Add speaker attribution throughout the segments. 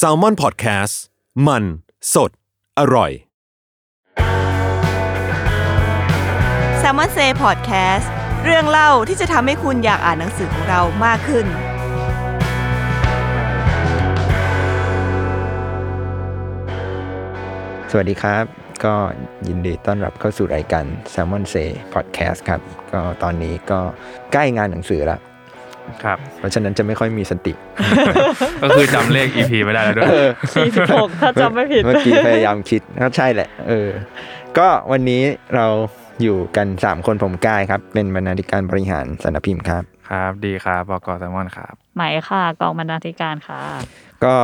Speaker 1: s a l m o n PODCAST มันสดอร่อย
Speaker 2: s ซ l m o n Say Podcast เรื่องเล่าที่จะทำให้คุณอยากอ่านหนังสือของเรามากขึ้น
Speaker 3: สวัสดีครับ ก็ยินดีต้อนรับเข้าสู่รายการ s ซ l m o n Say Podcast ครับ ก็ตอนนี้ก็ใกล้งานหนังสือแล้ว
Speaker 4: ครับ
Speaker 3: เพราะฉะนั้นจะไม่ค่อยมีสติ
Speaker 4: ก็คือจำเลข EP ไม่ได้แล้วด้วย
Speaker 2: 46 ถ้าจำไม่ผิด
Speaker 3: เมื่อกี้พยายามคิดก็ใช่แหละ เออ ก็วันนี้เราอยู่กัน 3 คนผมกายครับ เป็นบรรณาธิการบริหารสำนักพิมพ์ครับ
Speaker 4: ครับ ดีครับบอกอแซมมอนครับ
Speaker 5: ไหมค่ะ กองบรรณาธิการค่ะ
Speaker 3: ก็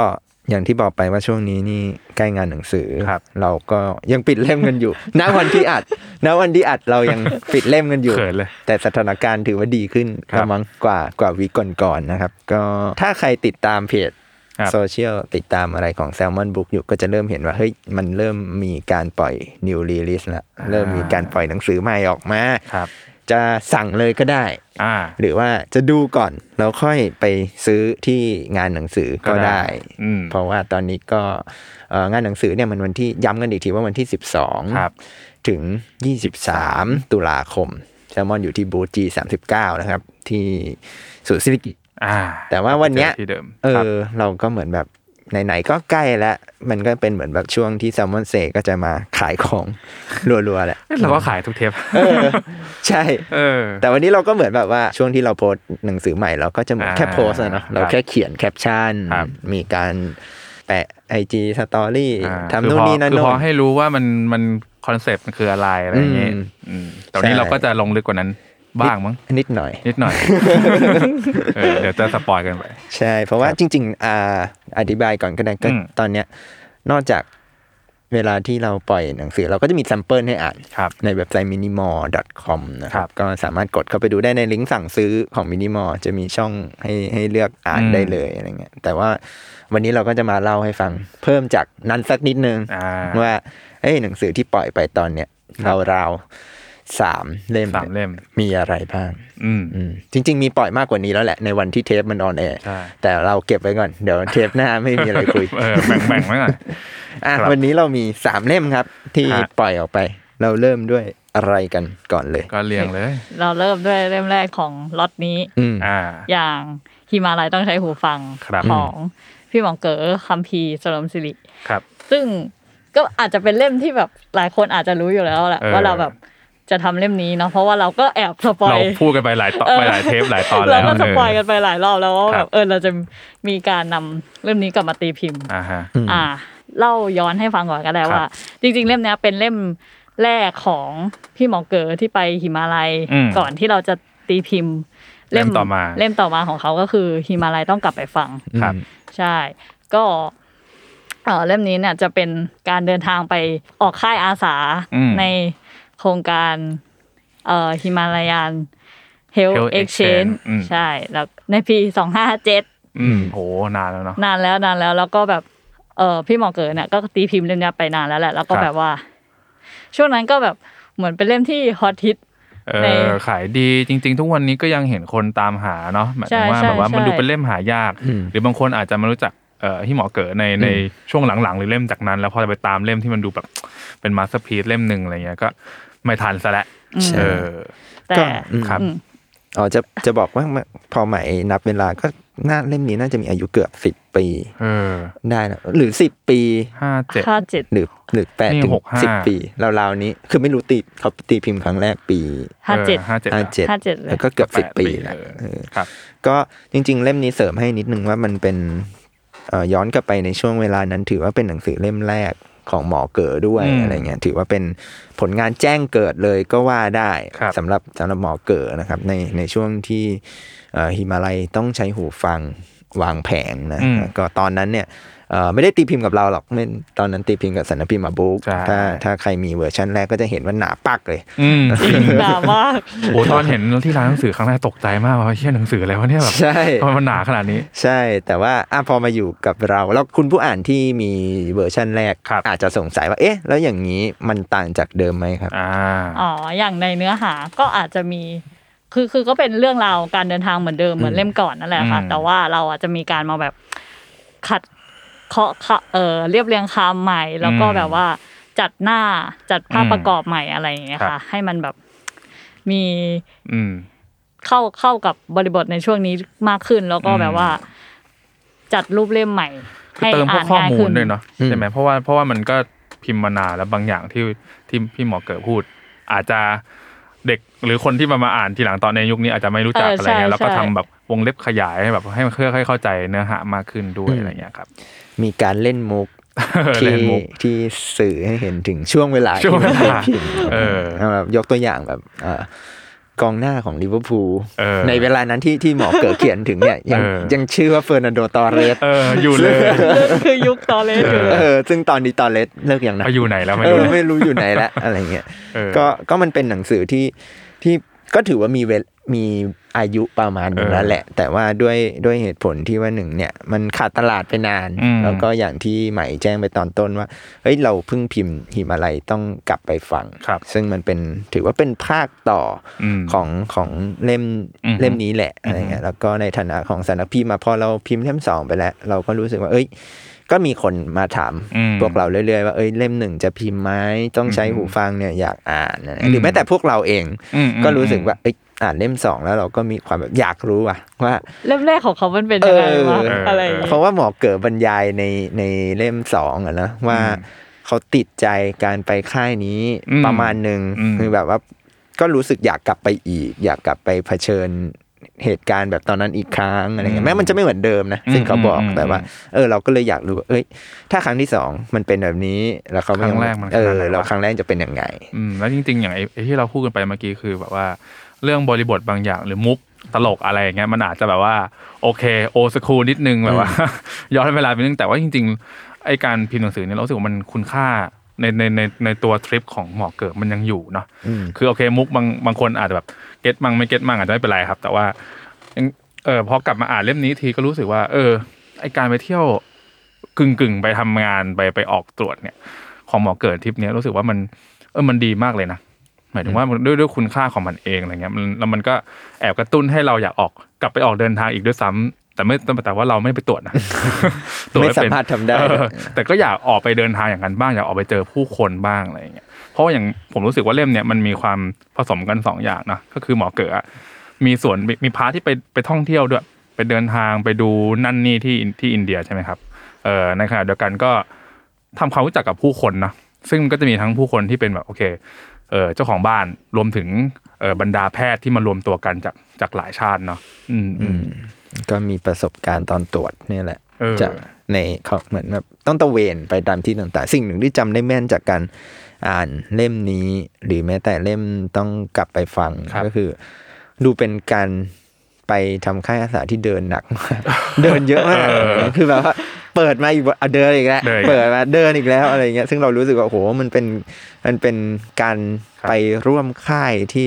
Speaker 3: อย่างที่บอกไปว่าช่วงนี้นี่ใกล้งานหนังสือ
Speaker 4: ครับ
Speaker 3: เราก็ยังปิดเล่มกัน อยู่ ณวันที่อัดณวันที่อัดเรายังปิดเล่มกันอยู่
Speaker 4: เขินเลย
Speaker 3: แต่สถานการณ์ถือว่าดีขึ้น
Speaker 4: ครับ
Speaker 3: กำลังกว่ากว่าวีก่อนก่อนๆนะครับ ก็ถ้าใครติดตามเพจ
Speaker 4: ครับ
Speaker 3: โซเชียลติดตามอะไรของ s ซ l m o n Book อยู่ก็จะเริ่มเห็นว่า เฮ้ย มันเริ่มมีการปล่อย New Release ละเริ่มมีการปล่อยหนังสือใหม่ออกมา
Speaker 4: ครับ
Speaker 3: จะสั่งเลยก็ได้
Speaker 4: อ่า
Speaker 3: หรือว่าจะดูก่อนแล้วค่อยไปซื้อที่งานหนังสือก็
Speaker 4: ก็ได้
Speaker 3: ได้
Speaker 4: อืม
Speaker 3: เพราะว่าตอนนี้ก็เอ่องานหนังสือเนี่ยมันวันที่ย้ำกันอีกทีว่าวันที่
Speaker 4: ครับ
Speaker 3: 12 ถึง 23 ตุลาคมแซลมอนอยู่ที่บูจี39 นะครับ ที่ศูนย์ศิริกิติ์
Speaker 4: อ่า
Speaker 3: แต่ว่าวันเนี้ย
Speaker 4: ที่เดิม
Speaker 3: เอ
Speaker 4: ครับ
Speaker 3: อเราก็เหมือนแบบไหนๆก็ใกล้แล้ว มันก็เป็นเหมือนแบบช่วงที่แซลมอนเซก็จะมาขายของ รัวๆแหละ
Speaker 4: เอ๊ะเราก็ขายทุกเทป
Speaker 3: เออใช่
Speaker 4: เออ
Speaker 3: แต่วันนี้เราก็เหมือนแบบว่าช่วงที่เราโพสต์หนังสือใหม่เราก็จะเหมือน
Speaker 4: อ่า
Speaker 3: แค่โพสต์อะเนาะเราแค่เขียนแคปชั่น
Speaker 4: ครับ
Speaker 3: มีการแปะไอจีสตอรี่
Speaker 4: อ่า
Speaker 3: ทำนู่น
Speaker 4: คือพอ
Speaker 3: นี่นั่น
Speaker 4: คือ
Speaker 3: โน่
Speaker 4: พอน ให้รู้ว่ามันมันคอนเซปต์มันคืออะไรอะไรอย่างเงี้ย
Speaker 3: อืม
Speaker 4: อืมแต่วันนี้
Speaker 3: ใช่
Speaker 4: เราก็จะลงลึกกว่านั้นบ้างมั้ง
Speaker 3: นิดหน่อย
Speaker 4: นิดหน่อย เออเดี๋ยวจะสปอยกันไป
Speaker 3: ใช่ เพราะว่าจริง ๆอ่าอธิบายก่อนก็ได้ก็
Speaker 4: อืม
Speaker 3: ตอนเนี้ยนอกจากเวลาที่เราปล่อยหนังสือ เราก็จะมีแซมเปิลให้อ่าน
Speaker 4: ครับ
Speaker 3: ในเว็บไซต์ minimal.com นะค
Speaker 4: ครั
Speaker 3: รับบ ก็สามารถกดเข้าไปดูได้ในลิงก์สั่งซื้อของ minimal จะมีช่องให้ให้เลือกอ่าน
Speaker 4: อืม
Speaker 3: ได้เลยอะไรเงี้ยแต่ว่าวันนี้เราก็จะมาเล่าให้ฟังเพิ่มจากนั้นสักนิดนึง
Speaker 4: อ่า
Speaker 3: ว่าเอ้ยหนังสือที่ปล่อยไปตอนเนี้ยเราราวๆสามเล่ม
Speaker 4: สามเล่ม
Speaker 3: มีอะไรบ้าง
Speaker 4: อืม
Speaker 3: อืมจริง ๆ มีปล่อยมากกว่านี้แล้วแหละในวันที่เทปมันออนแอร์
Speaker 4: ใช่
Speaker 3: แต่เราเก็บไว้ก่อน เดี๋ยวเทปหน้าไม่มีอะไรคุย
Speaker 4: เออแบ่งแบ่งๆไว้ก่อน
Speaker 3: อ่ะ
Speaker 4: ครับ
Speaker 3: วันนี้เรามีสามเล่มครับ ที่
Speaker 4: ฮะ
Speaker 3: ปล่อยออกไป เราเริ่มด้วยอะไรกันก่อนเลย
Speaker 4: ก็เรียงเลย
Speaker 5: เราเริ่มด้วยเล่มแรกของล็อตนี้
Speaker 3: อืม
Speaker 4: อ่า
Speaker 5: อย่างฮิมาลัยต้องใช้หูฟัง
Speaker 4: ครับ
Speaker 5: ของพี่หมองเก๋อคัมพีร์เฉลิมสิริ
Speaker 4: ครับ
Speaker 5: ซึ่งก็อาจจะเป็นเล่มที่แบบหลายคนอาจจะรู้อยู่แล้วแหละ
Speaker 4: เออ
Speaker 5: ว่าเราแบบจะทำเล่มนี้เนาะเพราะว่าเราก็แอบสปอย
Speaker 4: เราพูดกันไปหลายตอนไปหลายเทปหลายตอนแล้ว
Speaker 5: เราก็สปอย
Speaker 4: เ
Speaker 5: กันไปหลายรอบแล้วว่า
Speaker 4: ค
Speaker 5: แบ
Speaker 4: รับ
Speaker 5: บเออเราจะมีการนำเล่มนี้กลับมาตีพิมพ์
Speaker 4: อ่าฮะ
Speaker 5: อ่าเล่าย้อนให้ฟังก่อนก็ได้
Speaker 4: ครับ
Speaker 5: ว่า จริง ๆ เล่มเนี้ยเป็นเล่มแรกของพี่หมอเก๋อที่ไปหิมาลัย
Speaker 4: อืม
Speaker 5: ก่อนที่เราจะตีพิมพ์
Speaker 4: เล่มต่อมา
Speaker 5: เล่มต่อมาของเขาก็คือหิมาลัยต้องกลับไปฟัง
Speaker 4: ครับ
Speaker 5: ใช่ ก็เอ่อเล่มนี้เนี่ยจะเป็นการเดินทางไปออกค่ายอาสา
Speaker 4: อืม
Speaker 5: ในโครงการเอ่อฮิมาลายันเฮล
Speaker 4: Health
Speaker 5: เอ็กช n
Speaker 4: Exchange
Speaker 5: g น
Speaker 4: อืม
Speaker 5: ใช่แล้วในปีสองห้าเจ็ด
Speaker 4: อืมโหนานแล้วเนาะ
Speaker 5: นานแล้วนานแล้วแล้วก็แบบเออพี่หมอเก๋อเนี่ยก็ตีพิมพ์เล่มเนี้ยไปนานแล้วแหละแล้วก็
Speaker 4: ครับ
Speaker 5: แบบว่า ช่วงนั้นก็แบบเหมือนเป็นเล่มที่ฮอตฮิต
Speaker 4: เอ
Speaker 5: ใน
Speaker 4: อขายดีจริง ๆ ทุกวันนี้ก็ยังเห็นคนตามหาเนาะหมายถึงว่า
Speaker 5: ใช่
Speaker 4: แบบว่า
Speaker 5: ใช่
Speaker 4: มันดู
Speaker 5: ใช่
Speaker 4: เป็นเล่มหายาก
Speaker 3: อืม
Speaker 4: หรือบางคนอาจจะมารู้จักเอ่อที่หมอเก๋อในในช่วงหลังๆ หรือเล่มจากนั้น แล้วพอจะไปตามเล่มที่มันดูแบบเป็นมาสเตอร์พีซเล่มหนึ่งอะไรเงี้ยก็ไม่ทันซะและ
Speaker 5: อืม
Speaker 4: เออ
Speaker 5: แต่
Speaker 3: ก็อืม
Speaker 4: ครับ
Speaker 5: อืม
Speaker 3: อ๋อจะจะบอกว่าพอใหม่นับเวลาก็น่าเล่มนี้น่าจะมีอายุเกือบสิบปี
Speaker 4: เออ
Speaker 3: ได้นะหรือสิบปี
Speaker 4: ห้าเจ็ด
Speaker 5: ห้าเจ็ด
Speaker 3: หรือหรือแปด
Speaker 4: นี่
Speaker 3: ถึง
Speaker 4: หกห้า
Speaker 3: สิบปีราวๆนี้คือไม่รู้ตีเขาตีพิมพ์ครั้งแรกปี
Speaker 5: ห้าเจ็ด
Speaker 4: ห้าเจ็ด
Speaker 3: ห้าเจ็ด
Speaker 5: ห้าเจ็ดเลย
Speaker 3: แล้วก็เกือบสิบปีแล้วเออ
Speaker 4: ครับ
Speaker 3: ก็จริง ๆ เล่มนี้เสริมให้นิดนึงว่ามันเป็นเอ่อย้อนกลับไปในช่วงเวลานั้น ถือว่าเป็นหนังสือเล่มแรกของหมอเก๋อด้วย
Speaker 4: อืม
Speaker 3: อะไรเงี้ยถือว่าเป็นผลงานแจ้งเกิดเลยก็ว่าได้
Speaker 4: ครับ
Speaker 3: สำหรับสำหรับหมอเก๋อนะครับในในช่วงที่เอ่อหิมาลัยต้องใช้หูฟัง วางแผงนะ
Speaker 4: อืม
Speaker 3: ก็ตอนนั้นเนี่ยเอ่อไม่ได้ตีพิมพ์กับเราหรอกไม่ตอนนั้นตีพิมพ์กับสันนพิมพ์มาบุ๊ก
Speaker 4: ใช่
Speaker 3: ถ้าถ้าใครมีเวอร์ชันแรกก็จะเห็นว่าหนาปักเลย
Speaker 4: อืมจริง
Speaker 5: หนามาก
Speaker 4: โอ้ตอนเห็นที่ร้านหนังสือครั้งแรกตกใจมากว่าเชี่ยหนังสืออะไรวะเนี่ยแบบ
Speaker 3: ใช่
Speaker 4: ทำไมมันหนาขนาดนี้
Speaker 3: ใช่แต่ว่าอะพอมาอยู่กับเรา แล้วคุณผู้อ่านที่มีเวอร์ชันแรก
Speaker 4: ครับ
Speaker 3: อาจจะสงสัยว่าเอ๊ะ แล้วอย่างนี้มันต่างจากเดิมไหมครับ
Speaker 4: อ่า
Speaker 5: อ๋อ อย่างในเนื้อหาก็อาจจะมี คือ คือก็เป็นเรื่องราวการเดินทางเหมือนเดิม เหมือนเล่มก่อนนั่นแหละค่ะ
Speaker 4: อืม
Speaker 5: แต่ว่าเราอาจจะมีการมาแบบขัดเคาะเคาะเออเรียบเรียงคำใหม่ แล้วก็
Speaker 4: อืม
Speaker 5: แบบว่าจัดหน้า จัดภาพ
Speaker 4: อืม
Speaker 5: ประกอบใหม่อะไรอย่างเงี้ย
Speaker 4: ครั
Speaker 5: ค่ะ
Speaker 4: บ
Speaker 5: ให้มันแบบมี
Speaker 4: อืม
Speaker 5: เข้า เข้ากับบริบทในช่วงนี้มากขึ้น แล้วก็
Speaker 4: อืม
Speaker 5: แบบว่า จัดรูปเล่มใหม่
Speaker 4: คือ
Speaker 5: ให้
Speaker 4: เติมพว
Speaker 5: อ่าก น
Speaker 4: ข้อ
Speaker 5: ง่าย
Speaker 4: มู
Speaker 5: ขึ้
Speaker 4: ล
Speaker 5: น
Speaker 4: ด้วยเนาะ
Speaker 3: อืม
Speaker 4: ใช่ไหมเพราะว่าเพราะว่ามันก็พิมพ์มานานแล้วบางอย่างที่ที่พี่หมอเกิดพูด อาจจะเด็กหรือคนที่มามาอ่านทีหลังตอนในยุคนี้อาจจะไม่รู้จัก
Speaker 5: เอออ
Speaker 4: อะไรเงี้ย
Speaker 5: ใช่
Speaker 4: แล้วก็
Speaker 5: ใช่
Speaker 4: ทำแบบวงเล็บขยายให้แบบให้มันค่อยๆเข้าใจเนื้อหามากขึ้นด้วยอะไรเงี้ยครับ
Speaker 3: มีการเล่นมุก ที่
Speaker 4: เล่นมุก
Speaker 3: ที่สื่อให้เห็นถึงช่วงเวลา
Speaker 4: ช่วงเวลา
Speaker 3: ที่มันเป็นพิมพ์
Speaker 4: เออ
Speaker 3: แบบ ยกตัวอย่างแบบเอ่อกองหน้าของลิเวอร์พูล
Speaker 4: เออ
Speaker 3: ในเวลานั้นที่ที่หมอเกิดเขียนถึงเนี่ยยัง
Speaker 4: เออ
Speaker 3: ยังชื่อว่าเฟอร์นันโดตอร์เรส
Speaker 4: เอออยู่เลย
Speaker 5: คือยุคตอนเล่นอยู่
Speaker 4: เออ
Speaker 3: เออซึ่งตอนนี้ตอร์เรสเลิกยังนะ
Speaker 4: ไปอยู่ไหนแล้วไม่
Speaker 3: เออ
Speaker 4: รู้เลย
Speaker 3: ไม่รู้อยู่ไหนละอะไรเงี้ย
Speaker 4: เออ
Speaker 3: ก็ก็มันเป็นหนังสือที่ที่ก็ถือว่ามีเวลมีอายุประมาณหนึง
Speaker 4: เออ
Speaker 3: แล้วแหละ แต่ว่าด้วยด้วยเหตุผลที่ว่าหนึ่งเนี่ย มันขาดตลาดไปนาน
Speaker 4: อืม
Speaker 3: แล้วก็อย่างที่ใหม่แจ้งไปตอนต้นว่าเฮ้ยเราเพิ่งพิมพ์หิมอะไรต้องกลับไปฟัง
Speaker 4: ครับ
Speaker 3: ซึ่งมันเป็นถือว่าเป็นภาคต่ออ
Speaker 4: ม
Speaker 3: ของของเล่ม
Speaker 4: อืม
Speaker 3: เล่มนี้แหละอะไรเงี้ยแล้วก็ในฐานะของสารพิมพ์มาพอเราพิมพ์เล่มสองไปแล้ว เราก็รู้สึกว่าเอ้ย ก็มีคนมาถาม
Speaker 4: อืม
Speaker 3: พวกเราเรื่อยๆว่าเอ้ยเล่มหนึ่งจะพิมพ์ไหมต้องใช้
Speaker 4: อืม
Speaker 3: หูฟังเนี่ยอยากอ่านนะ
Speaker 4: อืม
Speaker 3: หรือแม้แต่พวกเราเอง
Speaker 4: อืม
Speaker 3: ก็รู้สึกว่าเอ้ยอ่านเล่มสองแล้วเราก็มีความแบบอยากรู้อะว่า
Speaker 5: เล่มแรกของเขามันเป็นยังไงวะ
Speaker 3: เอออ
Speaker 5: อะไรอย่าง
Speaker 3: เพ
Speaker 5: เงี้ย
Speaker 3: ราะว่าหมอเกิดบรรยายในในเล่มสองอะนะว่าเขาติดใจการไปค่ายนี้
Speaker 4: อืม
Speaker 3: ประมาณหนึ่ง
Speaker 4: อืม
Speaker 3: คือแบบว่าก็รู้สึกอยากกลับไปอีก อยากกลับไปเผชิญเหตุการณ์แบบตอนนั้นอีกครั้งอะไรเงี้ย
Speaker 4: อืม
Speaker 3: แม้มันจะไม่เหมือนเดิมนะ
Speaker 4: อืม
Speaker 3: ซึ่งเขาบอก
Speaker 4: อืม
Speaker 3: แต่ว่า เออ เราก็เลยอยากรู้ว่าเอ้ย ถ้าครั้งที่สองมันเป็นแบบนี้แล้วเขาไม่
Speaker 4: ครั้งแรกมันขนาดไหน
Speaker 3: เออ
Speaker 4: วะ
Speaker 3: เราครั้งแรกจะเป็นยังไง
Speaker 4: อืมแล้วจริงๆ อย่างไอ้ไอ้ที่เราพูดกันไปเมื่อกี้คือแบบว่าเรื่องบริบทบางอย่างหรือมุกตลกอะไรอย่างเงี้ยมันอาจจะแบบว่าโอเคโอสคูลนิดนึงแบบว่า ย้อนเวลาไปนิดนึงแต่ว่าจริงๆไอการพิมพ์หนังสือเนี่ยเรารู้สึกว่ามันคุณค่าในในในในตัวทริปของหมอเกิดมันยังอยู่เนาะ
Speaker 3: อืม
Speaker 4: คือโอเคมุกบางบางคนอาจจะแบบเก็ตมั่งไม่เก็ตมั่งอาจจะไม่เป็นไรครับ แต่ว่ายังเออพอกลับมาอ่านเล่มนี้ทีก็รู้สึกว่า เออ ไอการไปเที่ยวกึ่งกึ่งๆไปทำงานไปไปออกตรวจเนี่ย ของหมอเกิดทริปเนี้ยรู้สึกว่ามันเออมันดีมากเลยนะหมายถึงว่าด้วยด้วยคุณค่าของมันเองอะไรเงี้ยมันแล้วมันก็แอบกระตุ้นให้เราอยากออกกลับไปออกเดินทางอีกด้วยซ้ำแต่ไม่แต่แต่ว่าเราไม่ไปตรวจ นะ
Speaker 3: ไม่
Speaker 4: เป็น
Speaker 3: สามารถทำได้
Speaker 4: เออแต่ก็อยากออกไปเดินทางอย่างนั้นบ้างอยากออกไปเจอผู้คนบ้างอะไรอย่างเงี้ยเพราะว่าอย่างผมรู้สึกว่าเล่มเนี่ยมันมีความผสมกันสองอย่างนะก็คือหมอเก๋อมีส่วนมีมีพาร์ทที่ไปไปท่องเที่ยวด้วย ไปเดินทางไปดูนั่นนี่ที่ที่อินเดียใช่ไหมครับเออในขณะเดียวกันก็ ทำความรู้จักกับผู้คนนะซึ่งมันก็จะมีทั้งผู้คนที่เป็นแบบโอเคเออเจ้าของบ้านรวมถึงเออบรรดาแพทย์ที่มารวมตัวกันจากจากหลายชาติเนาะอืมอืม
Speaker 3: ก็มีประสบการณ์ตอนตรวจเนี่ยแหละ
Speaker 4: เออ
Speaker 3: จากในเขาเหมือนแบบต้องตระเวนไปตามที่ต่างๆ สิ่งหนึ่งที่จำได้แม่นจากการอ่านเล่มนี้ หรือแม้แต่เล่มต้องกลับไปฟัง
Speaker 4: ครับ
Speaker 3: ก็คือ ดูเป็นการไปทำค่ายอาสาที่เดินหนัก มาก เดินเยอะมาก
Speaker 4: เออ
Speaker 3: คือแบบว่าเปิดมาอีกวันอ่ะเดินอีกแล้ว
Speaker 4: เดินอีก
Speaker 3: เปิดมาเดินอีกแล้วอะไรเงี้ยซึ่งเรารู้สึกว่าโอ้โหมันเป็นมันเป็นการ
Speaker 4: ครับ
Speaker 3: ไปร่วมค่ายที่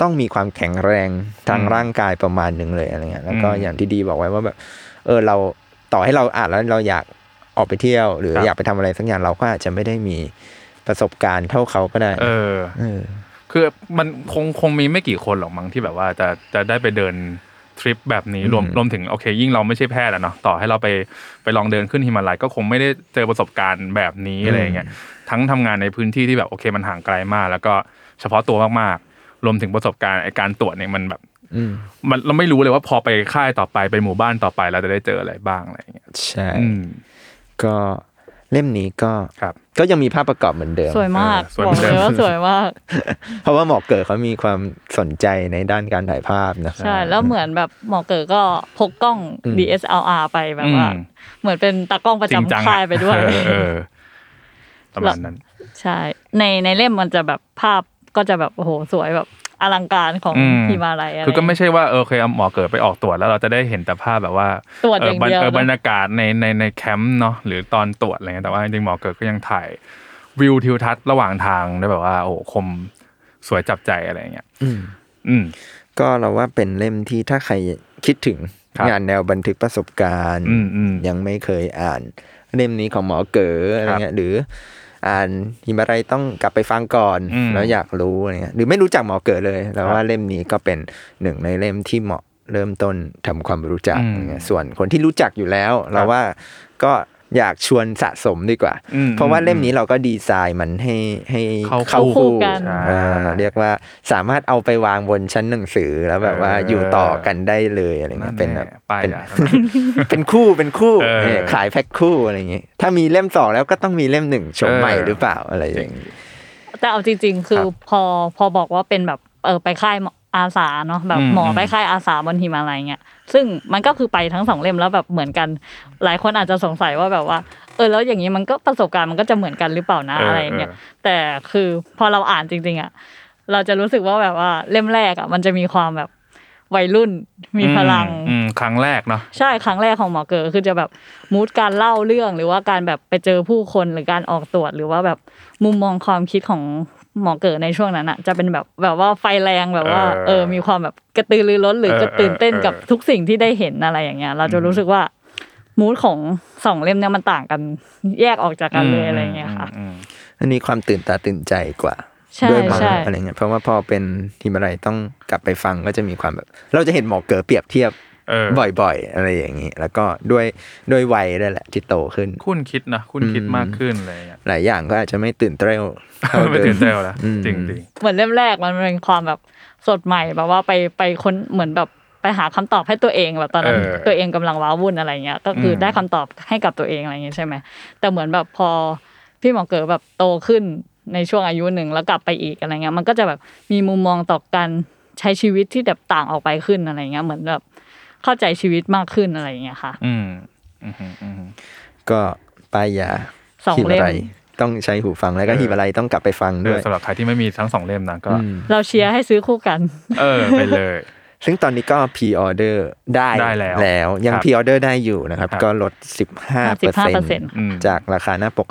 Speaker 3: ต้องมีความแข็งแรงทาง
Speaker 4: อืม
Speaker 3: ร่างกายประมาณหนึ่งเลยอะไรเงี้ย แล้วก็
Speaker 4: อืม
Speaker 3: อย่างที่ดีบอกไว้ว่าแบบเออเราต่อให้เราอ่านแล้วเราอยากออกไปเที่ยว หรือ
Speaker 4: ครับ
Speaker 3: อยากไปทำอะไรสักอย่างเราก็อาจจะไม่ได้มีประสบการณ์เท่าเขาก็ได้
Speaker 4: เออ
Speaker 3: เออ
Speaker 4: คือมันคงคงมีไม่กี่คนหรอกมั้งที่แบบว่าจะจะได้ไปเดินทริปแบบนี้รวม
Speaker 3: อืม
Speaker 4: รวมถึงโอเค ยิ่งเราไม่ใช่แพทย์อะเนาะต่อให้เราไปไปลองเดินขึ้นฮิมาลัยก็คงไม่ได้เจอประสบการณ์แบบนี้อะไรอย่างเงี้ยทั้งทำงานในพื้นที่ที่แบบโอเคมันห่างไกลมาก แล้วก็เฉพาะตัวมากๆ รวมถึงประสบการณ์ไอการตรวจเนี่ยมันแบบ
Speaker 3: อืม
Speaker 4: มันเราไม่รู้เลยว่าพอไปค่ายต่อไปไปหมู่บ้านต่อไปเราจะได้เจออะไรบ้างอะไรอย่างเงี้ย
Speaker 3: ใช่
Speaker 4: อืม
Speaker 3: ก็เล่มนี้ก็
Speaker 4: ครับ
Speaker 3: ก็ยังมีภาพประกอบเหมือนเดิม
Speaker 5: สวยมาก
Speaker 4: เออสวย
Speaker 5: บ
Speaker 4: เห
Speaker 5: อ
Speaker 4: มื
Speaker 5: ก
Speaker 4: อนเดิม
Speaker 5: เลยว่าสวยมาก
Speaker 3: เพราะว่าหมอเกิดเขามีความสนใจในด้านการถ่ายภาพนะ
Speaker 5: ใช่ แล้วเหมือนแบบหมอเก๋ก็พกกล้อง
Speaker 3: อืม
Speaker 5: DSLR ไปแบบว่า
Speaker 4: อืม
Speaker 5: เหมือนเป็นตากล้องประ
Speaker 4: จริงจังอะ
Speaker 5: จำค่ายไปด้วย
Speaker 4: เออเออประมาณนั้น
Speaker 5: ใช่ ในในเล่มมันจะแบบภาพก็จะแบบโอ้โหสวยแบบ อลังการของ
Speaker 4: อืม
Speaker 5: ฮิมาลัยอะไร
Speaker 4: คือก็ไม่ใช่ว่าเออโอเคเอาหมอเกิดไปออกตรวจแล้วเราจะได้เห็นแต่ภาพแบบว่า
Speaker 5: ตรวจ
Speaker 4: เอ
Speaker 5: อ
Speaker 4: อย่าง บรร
Speaker 5: เดียว
Speaker 4: เออบรร
Speaker 5: นะ
Speaker 4: ยากาศในในในแคมป์เนาะหรือตอนตรวจอะไรเงี้ยแต่ว่าจริงๆหมอเกิดก็ยังถ่ายวิวทิวทัศน์ระหว่างทางได้แบบว่าโอ้โหคมสวยจับใจอะไรเงี้ย
Speaker 3: อืม
Speaker 4: อืม
Speaker 3: ก็เราว่าเป็นเล่มที่ถ้าใครคิดถึง
Speaker 4: ครับ
Speaker 3: งานแนวบันทึกประสบการณ์
Speaker 4: อืมอืม
Speaker 3: ยังไม่เคยอ่าน เล่มนี้ของหมอเก๋ออะไรเงี้ยหรืออ่านหิมะไรต้องกลับไปฟังก่อน
Speaker 4: อืม
Speaker 3: แล้วอยากรู้อะไรเงี้ยหรือไม่รู้จักหมอเก๋อเลยแล้ว
Speaker 4: ค
Speaker 3: ว่า
Speaker 4: รับ
Speaker 3: เล่มนี้ก็เป็นหนึ่งในเล่มที่เหมาะเริ่มต้นทำความรู้จัก
Speaker 4: อืม
Speaker 3: อะไรเงี้ยส่วนคนที่รู้จักอยู่แล้ว เราว่าก็อยากชวนสะสมดีกว่า
Speaker 4: อืม
Speaker 3: เพราะว่าเล่มนี้เราก็ดีไซน์มันให้ให้
Speaker 4: เข้า
Speaker 3: เข้า
Speaker 4: คู่
Speaker 3: คู่
Speaker 4: กัน
Speaker 3: อ่าเรียกว่าสามารถเอาไปวางบนชั้นหนังสือแล้วแบบว่า
Speaker 4: เอออ
Speaker 3: อยู่ต่อกันได้เลยอะไรเงี้ยเป็นแบบ
Speaker 4: ไปาย
Speaker 3: เป็น
Speaker 4: อ่ะ
Speaker 3: เป็นคู่เป็นคู่
Speaker 4: เออ
Speaker 3: เนี่ยขายแพ็คคู่อะไรอย่างงี้ ถ้ามีเล่มสองแล้วก็ต้องมีเล่มหนึ่งโฉมใหม่
Speaker 4: เออ
Speaker 3: หรือเปล่าอะไรอย่างงี้
Speaker 5: แต่เอาจริง ๆ คือ
Speaker 3: ครับ
Speaker 5: พอพอบอกว่าเป็นแบบเออไปค่ายหมออาสาเนาะแบบ
Speaker 4: อืม
Speaker 5: หมอ
Speaker 4: ม
Speaker 5: อไปค่ายอาสาบนหิมาลัยเงี้ยซึ่งมันก็คือไปทั้งสองเล่มแล้วแบบเหมือนกัน หลายคนอาจจะสงสัยว่าแบบว่า เออแล้วอย่างนี้มันก็ประสบการณ์มันก็จะเหมือนกันหรือเปล่านะอะไรเงี้ย แต่คือพอเราอ่านจริงๆอ่ะเราจะรู้สึกว่าแบบว่าเล่มแรกอ่ะมันจะมีความแบบวัยรุ่นมีพลัง
Speaker 4: อืมอืมครั้งแรกเนาะ
Speaker 5: ใช่ครั้งแรกของหมอเก๋อคือจะแบบมูดการเล่าเรื่องหรือว่าการแบบไปเจอผู้คนหรือการออกตรวจหรือว่าแบบมุมมองความคิดของหมอเก๋อในช่วงนั้นอ่ะจะเป็นแบบแบบว่าไฟแรงแบบว่า
Speaker 4: เออ
Speaker 5: เออมีความแบบกระตือรือร้นหรือ
Speaker 4: เออเออ
Speaker 5: จะตื่นเต้นกับ
Speaker 4: เออ
Speaker 5: ทุกสิ่งที่ได้เห็นอะไรอย่างเงี้ย เราจะ
Speaker 4: อืม
Speaker 5: รู้สึกว่ามูดของสองเล่มเนี่ยมันต่างกันแยกออกจากกันเลยอะไรอย่างเงี้ยค่ะ
Speaker 4: อืม
Speaker 3: อันนี้ความตื่นตาตื่นใจกว่า
Speaker 5: ใช่
Speaker 3: ด้วยมั้ง
Speaker 5: ใช่
Speaker 3: อะไรเงี้ยเพราะว่าพอเป็นทีมอะไรต้องกลับไปฟังก็จะมีความแบบ เราจะเห็นหมอเก๋อเปรียบเทียบ
Speaker 4: เออ
Speaker 3: บ่อยๆ อะไรอย่างงี้ แล้วก็ด้วยด้วยวัยด้วยแหละที่โตขึ้น
Speaker 4: คุณคิดนะคุณคิดมากขึ้นอะไรเงี้ย
Speaker 3: หลายอย่างก็อาจจะไม่ตื่นเต้นเท่า
Speaker 4: ไม่
Speaker 3: เดิ
Speaker 4: ตื่
Speaker 3: ม
Speaker 4: นเต้นแล้ว
Speaker 3: อืม
Speaker 4: จริงจริง
Speaker 5: เหมือนเล่มแรกมันเป็นความแบบสดใหม่แบบว่าไปไปค้นเหมือนแบบไปหาคำตอบให้ตัวเองแบบตอนนั้น
Speaker 4: เออ
Speaker 5: ตัวเองกำลังว้าวุ่นอะไรเงี้ยก็คืออ
Speaker 4: ม
Speaker 5: ได้คำตอบให้กับตัวเองอะไรเงี้ยใช่ไหมแต่เหมือนแบบพอพี่หมอเก๋อแบบโตขึ้นในช่วงอายุหนึ่งแล้วกลับไปอีกอะไรเงี้ยมันก็จะแบบมีมุมมองต่อการใช้ชีวิตที่แบบต่างออกไปขึ้นอะไรเงี้ยเหมือนแบบเข้าใจชีวิตมากขึ้นอะไรเงี้ยค่ะ
Speaker 4: อืมอืมอืมอืม
Speaker 3: ก็ป้ายยา
Speaker 5: สอง
Speaker 3: หิมะไร
Speaker 5: เล่ม
Speaker 3: ต้องใช้หูฟังแล้วก็
Speaker 4: เออ
Speaker 3: หิมะไรต้องกลับไปฟัง
Speaker 4: เอ
Speaker 3: ด้ว
Speaker 4: อยสำหรับใครที่ไม่มีทั้งสองเล่มนะก็
Speaker 3: อืม
Speaker 5: เราเชียร์ให้ซื้อคู่กัน
Speaker 4: เออไปเลย
Speaker 3: ซึ่งตอนนี้ก็พรีออเดอร์ได้
Speaker 4: ได้แล้ว
Speaker 3: ยัง
Speaker 4: ครับ
Speaker 3: พรีออเดอร์ได้อยู่นะครับ
Speaker 4: ครับ
Speaker 3: ก็ลด 15เปอร์เซ็นต์
Speaker 5: 15%
Speaker 4: อืม
Speaker 3: จากราคาหน้าปก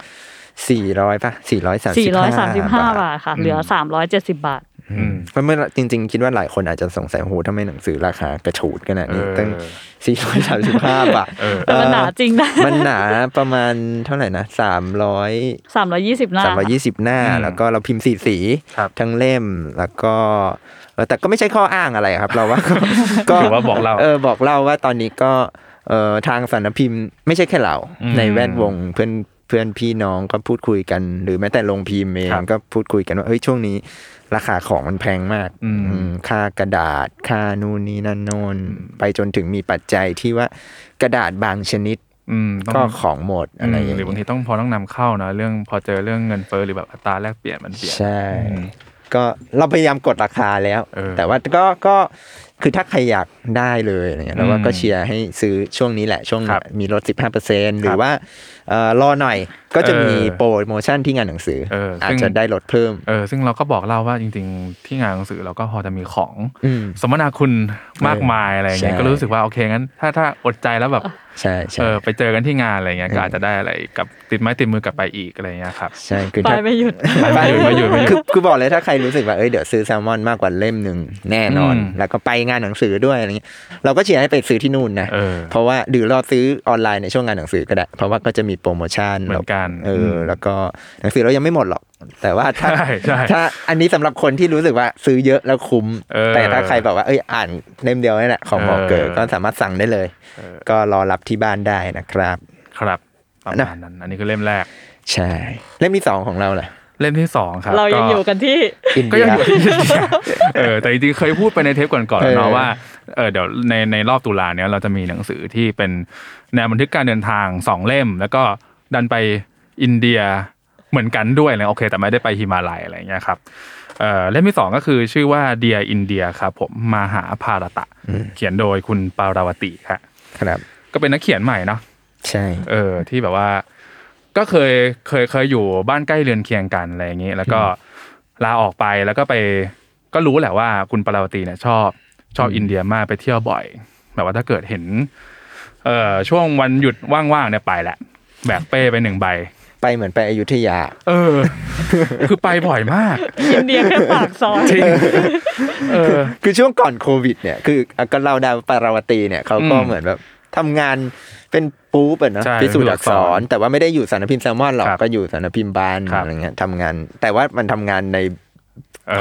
Speaker 3: 400ป่ะ435
Speaker 5: 435 บ
Speaker 3: ท
Speaker 5: าทค่ะเหลือ 370 บาท
Speaker 4: อืม
Speaker 3: เพราะเมื่อจริง ๆ คิดว่าหลายคนอาจจะสงสัยโอ้โหทำไมหนังสือราคากระฉูดขนาด
Speaker 4: เอ
Speaker 3: นี้
Speaker 4: อ
Speaker 3: ตั้ง 435 บาท
Speaker 4: เออ
Speaker 5: แต่มันหนาจริงนะ
Speaker 3: มันหนาประมาณเท่าไหร่นะ 300
Speaker 5: 320หน้าค่ะ
Speaker 3: 320 หน้า
Speaker 4: อืม
Speaker 3: แล้วก็เราพิมพ์สีสี
Speaker 4: ครับ
Speaker 3: ทั้งเล่มแล้วก็เออแต่ก็ไม่ใช่ข้ออ้างอะไรครับ เราว่า ก็
Speaker 4: ถือว่าบอกเรา
Speaker 3: เออบอกเล่าว่าตอนนี้ก็เออทางสารพิมพ์ไม่ใช่แค่เรา
Speaker 4: อืม
Speaker 3: ในแวดวงเพื่อนเพื่อนพี่น้องก็พูดคุยกัน หรือแม้แต่โรงพิมพ์เอง
Speaker 4: ครับ
Speaker 3: ก็พูดคุยกันว่าเอ้ยช่วงนี้ ราคาของมันแพงมาก
Speaker 4: อืม
Speaker 3: อืมค่ากระดาษ ค่านู่นนี่นั่นโน่นไปจนถึงมีปัจจัยที่ว่ากระดาษบางชนิด
Speaker 4: อืมต้อง
Speaker 3: ก็ของหมดอะไรอย่าง
Speaker 4: หรือบาง
Speaker 3: เงี้ย
Speaker 4: ทีต้องพอต้องนำเข้านะเรื่องพอเจอเรื่องเงินเฟ้อหรือแบบอัตราแลกเปลี่ยนมันเปลี่ยน
Speaker 3: ใช่
Speaker 4: อืม
Speaker 3: ก็เราพยายามกดราคาแล้ว
Speaker 4: เออ
Speaker 3: แต่ว่าก็ก็คือถ้าใครอยากได้เลยอะไรเงี้ยเราว่า
Speaker 4: อืม
Speaker 3: ก็เชียร์ให้ซื้อช่วงนี้แหละช่วง
Speaker 4: ครับ
Speaker 3: มีลด 15%หรือว่าเอ่อรอหน่อยก็จะมี
Speaker 4: เออ
Speaker 3: โปรโมชั่นที่งานหนังสือ
Speaker 4: เออซึ่
Speaker 3: อาจ
Speaker 4: ง
Speaker 3: จะได้ลดเพิ่ม
Speaker 4: เออซึ่งเราก็บอกเล่าว่าจริงๆ ที่งานหนังสือเราก็พอจะมีของ
Speaker 3: อืม
Speaker 4: สมนาคุณมากมายอะไรอย่างเงี้ย
Speaker 3: ใช่
Speaker 4: ก็รู้สึกว่าโอเคงั้น ถ้าถ้าอดใจแล้วแบบ
Speaker 3: ใช่
Speaker 4: เอ
Speaker 3: ใช่
Speaker 4: อไปเจอกันที่งานอะไรเงี้ยก็อาจจะได้อะไรกลับติดไม้ติดมือกลับไปอีกอะไรเงี้ยครับ
Speaker 3: ใช่คือ
Speaker 5: ไป
Speaker 3: ถ้า
Speaker 5: ไม่หยุด
Speaker 4: ไม่หยุดไม่หยุดไม่หยุด
Speaker 3: คือคือบอกเลยถ้าใครรู้สึกว่าเอ้ยเดี๋ยวซื้อแซลมอนมากกว่าเล่มหนึ่งแน่นอน
Speaker 4: อืม
Speaker 3: แล้วก็ไปงานหนังสือด้วยอะไรเงี้ยเราก็เชียร์ให้ไปซื้อที่นู่นนะ
Speaker 4: เออ
Speaker 3: ราะว่าหรือรอซื้อออนไลน์ในช่วงงานหนังสือก็ได้ เพราะว่าก็จะมีโปรโมชั่น
Speaker 4: เหมือนกัน
Speaker 3: เอออ
Speaker 4: ม
Speaker 3: แล้วก็หนังสือเรายังไม่หมดหรอก แต่ว่าถ้า
Speaker 4: ใช่ใช่
Speaker 3: ถ้าอันนี้สำหรับคนที่รู้สึกว่าซื้อเยอะแล้วคุ้ม
Speaker 4: เออ
Speaker 3: แต่ถ้าใครแบบว่าเอ้ยอ่านเล่มเดียวนี่แหละของหมอเกิร์
Speaker 4: เออ
Speaker 3: ก็สามารถสั่งได้เลย ก็รอรับที่บ้านได้นะครับ
Speaker 4: ครับประ
Speaker 3: นะ
Speaker 4: มาณนั้น อันนี้คือเล่มแรก
Speaker 3: ใช่เล่มที่สองของเราแหละ
Speaker 4: เล่มที่สองครับ
Speaker 5: เรายัง
Speaker 4: ก็
Speaker 5: อยู่กันที่
Speaker 3: อิน
Speaker 4: ก็
Speaker 3: เดี
Speaker 4: ยั
Speaker 3: ย
Speaker 4: งอยู่ที่อินเดียเออแต่จริงๆเคยพูดไปในเทปก่อนๆแล้ว
Speaker 3: เอ
Speaker 4: เนาะ
Speaker 3: อ
Speaker 4: ว่าเออเดี๋ยวในในรอบตุลาเนี้ยเราจะมีหนังสือที่เป็นแนวบันทึกการเดินทางสองเล่ม แล้วก็ดันไปอินเดียเหมือนกันด้วยเลยโอเค แต่ไม่ได้ไปฮิมาลัยอะไรอย่างเงี้ยครับเออเล่มที่สองก็คือชื่อว่าเดียอินเดียครับผมมาหาภารตะ เขียนโดยคุณปาราวติครับ
Speaker 3: ครับ
Speaker 4: ก็เป็นนักเขียนใหม่เนาะ
Speaker 3: ใช่
Speaker 4: เออที่แบบว่าก็เคยเคยเคยอยู่บ้านใกล้เรือนเคียงกันอะไรอย่างนี้ แล้วก็ลาออกไปแล้วก็ไป ก็รู้แหละว่าคุณปราวตีเนี่ยชอบชอบอินเดียมากไปเที่ยวบ่อย แบบว่าถ้าเกิดเห็น เอ่อช่วงวันหยุดว่างๆเนี่ยไปแหละแบกเป้ไปหนึ่งใบ
Speaker 3: ไปเหมือนไปอยุธยา
Speaker 4: เออ คือไปบ่อย มาก
Speaker 5: อินเดียแค่ปากซอย
Speaker 4: จริง เออ
Speaker 3: คือช่วงก่อนโควิดเนี่ยคืออ่ะก็เราดาวปาราวตีเนี่ยเขาก็
Speaker 4: อืม
Speaker 3: เหมือนแบบทำงานเป็นปู๊บอะเนาะ
Speaker 4: ใช่
Speaker 3: พิสูจน์อักษร แต่ว่าไม่ได้อยู่สารพิมพ์แซลมอนหรอก
Speaker 4: ครับ
Speaker 3: ก็อยู่สารพิมพ์บาน
Speaker 4: ครับ
Speaker 3: อะไรเงี้ยทำงาน แต่ว่ามันทำงานใน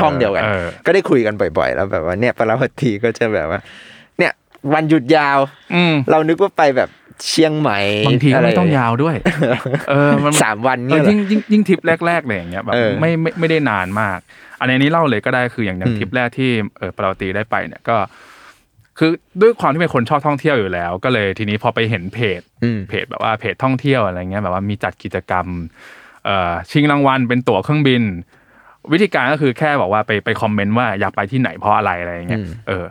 Speaker 3: ห้องเดียวกัน
Speaker 4: ออ
Speaker 3: ก็ได้คุยกันบ่อยๆ แล้วแบบว่าเนี่ยปาราวตีก็จะแบบว่า เนี่ย วันหยุดยาว
Speaker 4: อืม
Speaker 3: เรานึกว่าไปแบบเชียงใหม่
Speaker 4: บางทีก็
Speaker 3: ะร
Speaker 4: ไม่ต้องยาวด้วย เออมัน
Speaker 3: สามวัน
Speaker 4: เอ
Speaker 3: เนี่ย เห
Speaker 4: อ
Speaker 3: รอ
Speaker 4: ยิ่งยิ่งยิ่งทริปแรกๆเลยอย่างเงี้ยแบบ
Speaker 3: เออ
Speaker 4: ไม่ไม่ไม่ได้นานมาก อันนี้เล่าเลยก็ได้คืออย่างอย่า
Speaker 3: อืม
Speaker 4: งทริปแรกที่เออปราตีได้ไปเนี่ยก็ คือด้วยความที่เป็นคนชอบท่องเที่ยวอยู่แล้ว ก็เลยทีนี้พอไปเห็นเพจ
Speaker 3: อืม
Speaker 4: เพจแบบว่าเพจท่องเที่ยวอะไรเงี้ยแบบว่ามีจัดกิจกรรมเอ่อชิงรางวัลเป็นตั๋วเครื่องบิน วิธีการก็คือแค่บอกว่าไปไปคอมเมนต์ว่าอยากไปที่ไหนเพราะอะไรอะไรอย่างเงี้ยเออ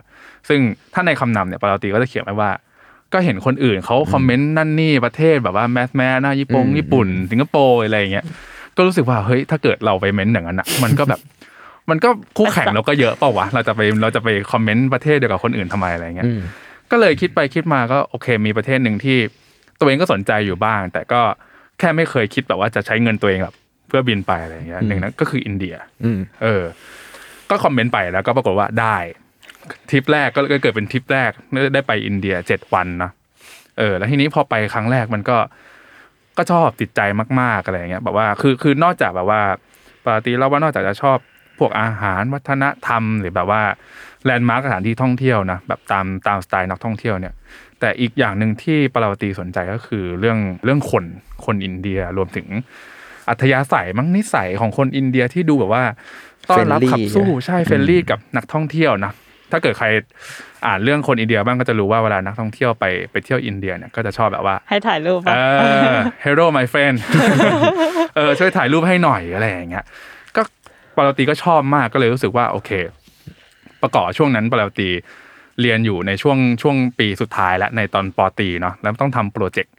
Speaker 4: ซึ่งถ้าในคำนำเนี่ยปกติก็จะเขียนไว้ว่า ก็เห็นคนอื่นเขาคอมเมนต์นั่นนี่ประเทศแบบว่าแมสแมสหน้าญี่ปุ่ง
Speaker 3: อืม
Speaker 4: ญี่ปุ่น สิงคโปร์อะไรอย่างเงี้ยก็รู้สึกว่าเฮ้ยถ้าเกิดเราไปเม้นต์อย่างนั้นอ่ะ มันก็แบบ มันก็คู่แข่งเราก็เยอะเปล่าวะเราจะไปเราจะไปคอมเมนต์ประเทศเดียวกับคนอื่นทำไมอะไรอย่างเงี้
Speaker 3: อื
Speaker 4: ย
Speaker 3: ม
Speaker 4: ก็เลยคิดไปคิดมาก็โอเคมีประเทศหนึ่งที่ตัวเองก็สนใจอยู่บ้าง แต่ก็แค่ไม่เคยคิดแบบว่าจะใช้เงินตัวเองแบบเพื่อบินไปอะไรอย่างเงี้ย
Speaker 3: อืม
Speaker 4: หนึ่งนั้นก็คืออินเดีย
Speaker 3: อืม
Speaker 4: เออ ก็คอมเมนต์ไปแล้วก็ปรากฏว่าได้ทริปแรกก็ก็เกิดเป็นทริปแรกได้ไปอินเดียเจ็ดวันนะเออ แล้วทีนี้พอไปครั้งแรกมันก็ ก็ชอบติดใจมากๆอะไรอย่างเงี้ยแบบว่าคือคือนอกจากแบบว่าปกติเราว่านอกจากจะชอบพวกอาหารวัฒนธรรม หรือแบบว่าแลนด์มาร์คสถานที่ท่องเที่ยวนะแบบตามตามสไตล์นักท่องเที่ยวเนี่ย แต่อีกอย่างหนึ่งที่ปราวตีสนใจก็คือเรื่องเรื่องคนคนอินเดียรวมถึง อัธยาศัยมั้งนิสัยของคนอินเดียที่ดูแบบว่าต้อนรับ
Speaker 3: Friendly
Speaker 4: ขับสู้
Speaker 3: ใช่ไหม
Speaker 4: ใช่เฟรนลี่กับนักท่องเที่ยวนะถ้าเกิดใครอ่านเรื่องคนอินเดียบ้างก็จะรู้ว่าเวลานักท่องเที่ยวไปไปเที่ยวอินเดียเนี่ยก็จะชอบแบบว่า
Speaker 5: ให้ถ่ายรูป
Speaker 4: เอ
Speaker 5: อะ
Speaker 4: อ hero my friend เออช่วยถ่ายรูปให้หน่อยอะไรอย่างเงี้ย ก็ปาราวตีก็ชอบมากก็เลยรู้สึกว่าโอเค ประกอบช่วงนั้นปาราวตีเรียนอยู่ในช่วงช่วงปีสุดท้ายและในตอนปอตรีเนาะแล้วต้องทำโปรเจกต์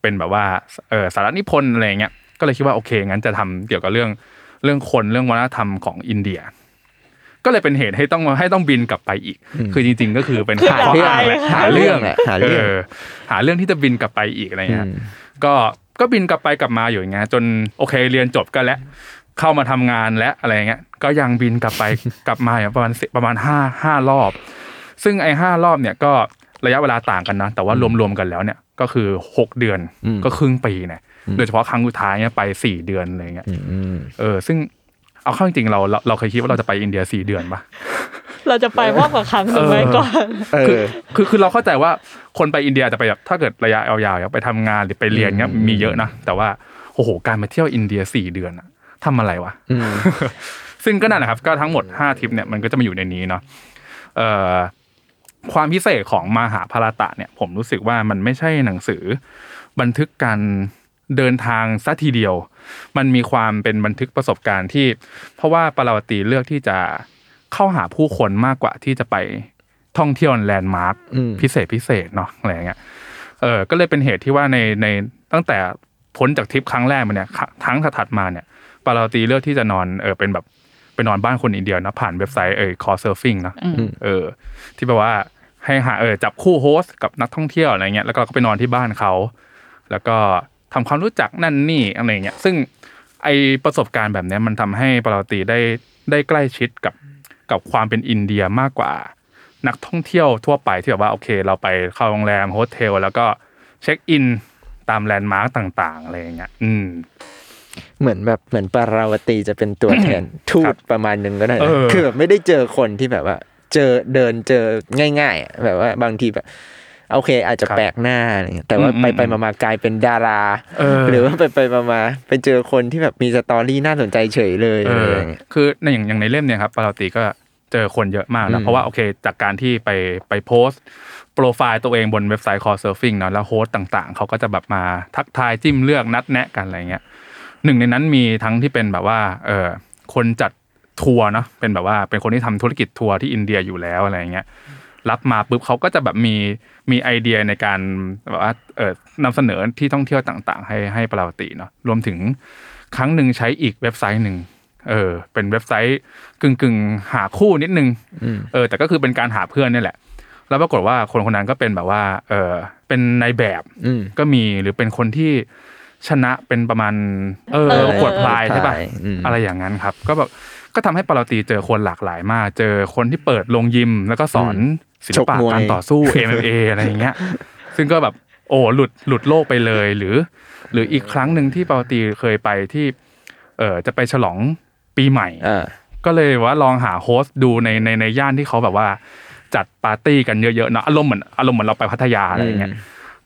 Speaker 4: เป็นแบบว่าเออสารนิพนธ์อะไรอย่างเงี้ยก็เลยคิดว่าโอเคงั้นจะทำเกี่ยวกับเรื่องเรื่องคนเรื่องวัฒนธรรมของอินเดีย ก็เลยเป็นเหตุให้ต้องให้ต้องบินกลับไปอีก คือจริง ๆ ก็คือเป็นข้ออ้างแหละหาเรื่อง
Speaker 3: หาเรื่อง
Speaker 4: ออหาเรื่องที่จะบินกลับไปอีกอะไรอย่างเงี้ย
Speaker 3: อืม
Speaker 4: ก็ก็บินกลับไปกลับมาอยู่อย่างเงี้ยจนโอเคเรียนจบก็แล้วเข้ามาทำงานและอะไรเงี้ยก็ยังบินกลับไป กลับมาอย่างประมาณ10ประมาณห้าห้ารอบ ซึ่งไอ้ห้ารอบเนี่ยก็ระยะเวลาต่างกันนะ แต่ว่ารวมๆกันแล้วเนี่ยก็คือหกเดือน
Speaker 3: อืม
Speaker 4: ก็ครึ่งปีเนี่ยโดยเฉพาะครั้งสุดท้ายเนี่ยไปสี่เดือนอะไรเงี้ย
Speaker 3: อืม
Speaker 4: เออซึ่งเอาเข้าจริงๆเราเราเราเคยคิดว่าเราจะไปอินเดียสี่เดือนปะ
Speaker 5: เราจะไปมากกว่าครั้งหนึ่งไหม
Speaker 4: เออ
Speaker 5: ก่อน
Speaker 3: เอ
Speaker 4: คือ
Speaker 3: อ
Speaker 4: คือคือเราเข้าใจว่าคนไปอินเดียจะไปแบบถ้าเกิดระยะยาวๆอยากไปทำงานหรือไปเรียนเงี้ยมีเยอะนะ แต่ว่าโอ้โหการมาเที่ยวอินเดียสี่เดือนอะทำอะไรวะ
Speaker 3: อืม
Speaker 4: ซึ่งก็นั่นแหละครับก็ทั้งหมดห้าทริปเนี่ยมันก็จะมาอยู่ในนี้เนาะเอ่อความพิเศษของมหาภารตะเนี่ย ผมรู้สึกว่ามันไม่ใช่หนังสือ บันทึกการเดินทางซะทีเดียว มันมีความเป็นบันทึกประสบการณ์ที่ เพราะว่าปาราวตีเลือกที่จะเข้าหาผู้คนมากกว่าที่จะไปท่องเที่ยวแลนด์มาร์ค
Speaker 3: อืม
Speaker 4: พิเศษพิเศษเนาะอะไรอย่างเงี้ยเออก็เลยเป็นเหตุที่ว่าในในตั้งแต่พ้นจากทริปครั้งแรกมาเนี่ยทั้งถัดๆมาเนี่ยปาราวตีเลือกที่จะนอนเออเป็นแบบ ไปนอนบ้านคนอินเดียนะผ่านเว็บไซต์เออคอเซิร์ฟิงนะเออ ที่แปลว่าให้หาเออจับคู่โฮสต์กับนักท่องเที่ยวอะไรเงี้ยแล้วก็เราก็ไปนอนที่บ้านเขา แล้วก็ทำความรู้จักนั่นนี่อะไรเงี้ยซึ่งไอประสบการณ์แบบเนี้ยมันทำให้ปราตีได้ได้ใกล้ชิดกับกับความเป็นอินเดียมากกว่า นักท่องเที่ยวทั่วไปที่แบบว่าโอเค เราไปเข้าโรงแรมโฮสเทลแล้วก็เช็คอินตามแลนด์มาร์กต่างๆอะไรเงี้ยอืม
Speaker 3: เหมือนแบบเหมือนปาราวตีจะเป็นตัวแทน ทู
Speaker 4: ครั
Speaker 3: ต
Speaker 4: บ
Speaker 3: ประมาณหนึงก็ได้นะ
Speaker 4: เออ
Speaker 3: คือแบบไม่ได้เจอคนที่แบบว่า เจอเดินเจอง่ายๆอะแบบว่าบางทีแบบโอเค อาจจะ
Speaker 4: ครับ
Speaker 3: แปลกหน้าอะไรเงี้ยแต่ว่า
Speaker 4: อืม
Speaker 3: ไป
Speaker 4: อืม
Speaker 3: ไปมามากลายเป็นดารา
Speaker 4: เออ
Speaker 3: หรือว่าไปไปมามาไปเจอคนที่แบบมีสตอรี่น่าสนใจเฉยเลย
Speaker 4: เอ
Speaker 3: อะไร
Speaker 4: อ
Speaker 3: อย่างเงี้ย
Speaker 4: คือในอย่างอย่างในเล่มเนี่ยครับปาราตีก็เจอคนเยอะมาก
Speaker 3: อื
Speaker 4: นะ
Speaker 3: ม
Speaker 4: เพราะว่าโอเค จากการที่ไปไปโพสต์โปรไฟล์ตัวเองบนเว็บไซต์คอเซิร์ฟิงเนาะแล้วโฮสต์ต่างๆ เขาก็จะแบบมาทักทายจิ้มเลือกนัดแนะกันอะไรเงี้ยหนึ่งในนั้นมีทั้งที่เป็นแบบว่าเออคนจัดทัวร์เนาะเป็นแบบว่าเป็นคนที่ทำธุรกิจทัวร์ที่อินเดียอยู่แล้วอะไรเงี้ย รับมาปุ๊บเขาก็จะแบบมีมีไอเดียในการแบบว่าเออนำเสนอที่ท่องเที่ยวต่างๆ ให้ให้ปราวตีเนาะรวมถึงครั้งหนึ่งใช้อีกเว็บไซต์หนึ่ง เออ เป็นเว็บไซต์กึ่งกึ่งๆหาคู่นิดนึง
Speaker 3: อืม
Speaker 4: เออ แต่ก็คือเป็นการหาเพื่อนเนี่ยแหละ แล้วปรากฏว่าคนคนนั้นก็เป็นแบบว่า เออเป็นนายแบบ
Speaker 3: อืม
Speaker 4: ก็มีหรือเป็นคนที่ชนะเป็นประมาณ เออ
Speaker 5: เออ
Speaker 4: ขวดพลายใช่ป่ะ
Speaker 3: อืม
Speaker 4: อะไรอย่างนั้นครับ ก็แบบก็ทำให้ปาราตีเจอคนหลากหลายมาก เจอคนที่เปิดโรงยิม แล้วก็สอนศิล
Speaker 3: ช
Speaker 4: ปะ
Speaker 3: กมวย
Speaker 4: การต่อสู้ MMA อะไรอย่างเงี้ย ซึ่งก็แบบโอ้หลุดหลุดโลกไปเลยหรือ หรืออีกครั้งหนึ่งที่ปาราตีเคยไปที่ เออจะไปฉลองปีใหม่
Speaker 3: อ่า
Speaker 4: ก็เลยว่าลองหาโฮสต์ดูในในในย่านที่เขาแบบว่า จัดปาร์ตี้กันเยอะๆเนอะอารมณ์เหมือนอารมณ์เหมือนเราไปพัทยาอะไรอย่างเงี้ย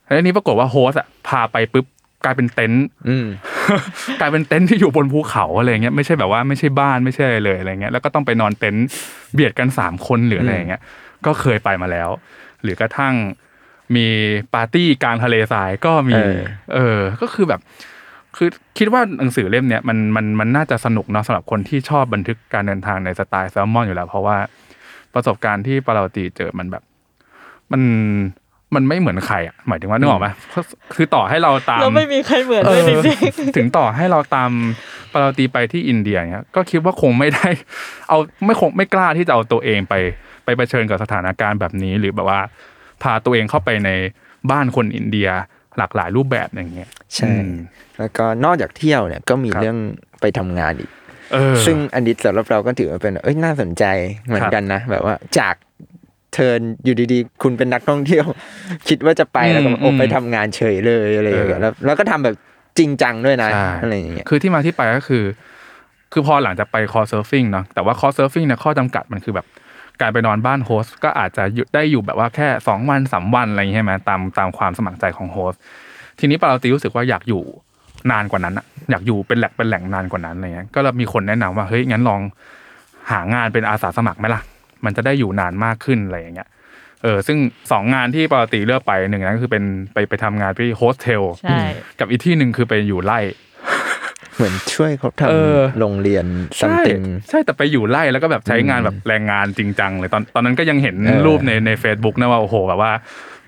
Speaker 4: แล้วทีนี้ปรากฏว่าโฮสต์อะพาไปปุ๊บกลายเป็นเต็นท์
Speaker 3: อืม
Speaker 4: กลายเป็นเต็นท์ที่อยู่บนภูเขาอะไรเงี้ยไม่ใช่แบบว่าไม่ใช่บ้านไม่ใช่อะไรเลยอะไรเงี้ยแล้วก็ต้องไปนอนเต็นท์เบียดกันสามคนหรืออะไรอย่างเงี้ยก็เคยไปมาแล้ว หรือกระทั่งมีปาร์ตี้กลางทะเลทรายก็มี
Speaker 3: เออ
Speaker 4: เออ ก็คือแบบ คือคิดว่าหนังสือเล่มเนี้ยมันมันมันน่าจะสนุกเนาะสำหรับคนที่ชอบบันทึกการเดินทางในสไตล์แซลมอนอยู่แล้ว เพราะว่าประสบการณ์ที่ปาราตีเจอมันแบบ มันมันไม่เหมือนใครอ่ะหมายถึงว่านึกออกไหมคือต่อให้เราตาม
Speaker 5: แล้วไม่มีใครเหมือนเลยจริง
Speaker 4: เออถึงต่อให้เราตามปาราตีไปที่อินเดียเนี่ยก็คิดว่าคงไม่ได้ เอาไม่คงไม่กล้าที่จะเอาตัวเองไปไปเผชิญกับสถานการณ์แบบนี้ หรือแบบว่า พาตัวเองเข้าไปในบ้านคนอินเดียหลากหลายรูปแบบอย่างเงี้ย
Speaker 3: ใช่
Speaker 4: อืม
Speaker 3: แล้วก็นอกจากเที่ยวเนี่ยก็มีเรื่องไปทำงานอีก
Speaker 4: เออ
Speaker 3: ซึ่งอันนี้สำหรับเราก็ถือว่าเป็นเอ้ยน่าสนใจเหมือนกันนะ แบบว่าจากเทิร์นอยู่ดีๆ คุณเป็นนักท่องเที่ยว คิดว่าจะไปแล้วก็
Speaker 4: อืม
Speaker 3: โอไปทำงานเฉยเลยอะไรอย่างเงี้ย
Speaker 4: เออ
Speaker 3: แล้วแล้วก็ทำแบบจริงจังด้วยนะ
Speaker 4: ใช่
Speaker 3: อะไรอย่างเงี้ย
Speaker 4: คือที่มาที่ไปก็คือ คือพอหลังจากไปคอเซิร์ฟฟิงเนาะแต่ว่าคอเซิร์ฟฟิงเนี่ยข้อจำกัดมันคือแบบ การไปนอนบ้านโฮสต์ก็อาจจะอยู่ได้อยู่แบบว่าแค่ 2 วันสามวันอะไรอย่างเงี้ยใช่ไหมตามตามความสมัครใจของโฮสต์ทีนี้ปาราตีรู้สึกว่าอยากอยู่นานกว่านั้นอะอยากอยู่เป็นแหลกเป็นแหล่งนานกว่านั้นอะไรเงี้ยก็เลยมีคนแนะนำว่าเฮ้ยงั้นลองหางานเป็นอาสาสมัครไหมล่ะ มันจะได้อยู่นานมากขึ้นอะไรอย่างเงี้ยเออซึ่งสองงานที่ปาราตีเลือกไปหนึ่งนั้นก็คือเป็นไปไปทำงานที่โฮสเทล
Speaker 5: ๆใช่
Speaker 4: กับอีกที่หนึ่งคือไปอยู่ไร่
Speaker 3: เหมือนช่วยเขาท
Speaker 4: เออ
Speaker 3: ำโรงเรียนซัม
Speaker 4: ใช่
Speaker 3: ติง
Speaker 4: ใช่แต่ไปอยู่ไล่แล้วก็แบบใช้งานแบบแรงงานจริงจังเลยตอนตอนนั้นก็ยังเห็น
Speaker 3: เออ
Speaker 4: รูปในใน a c e b o o k นะว่าโอ้โหแบบว่า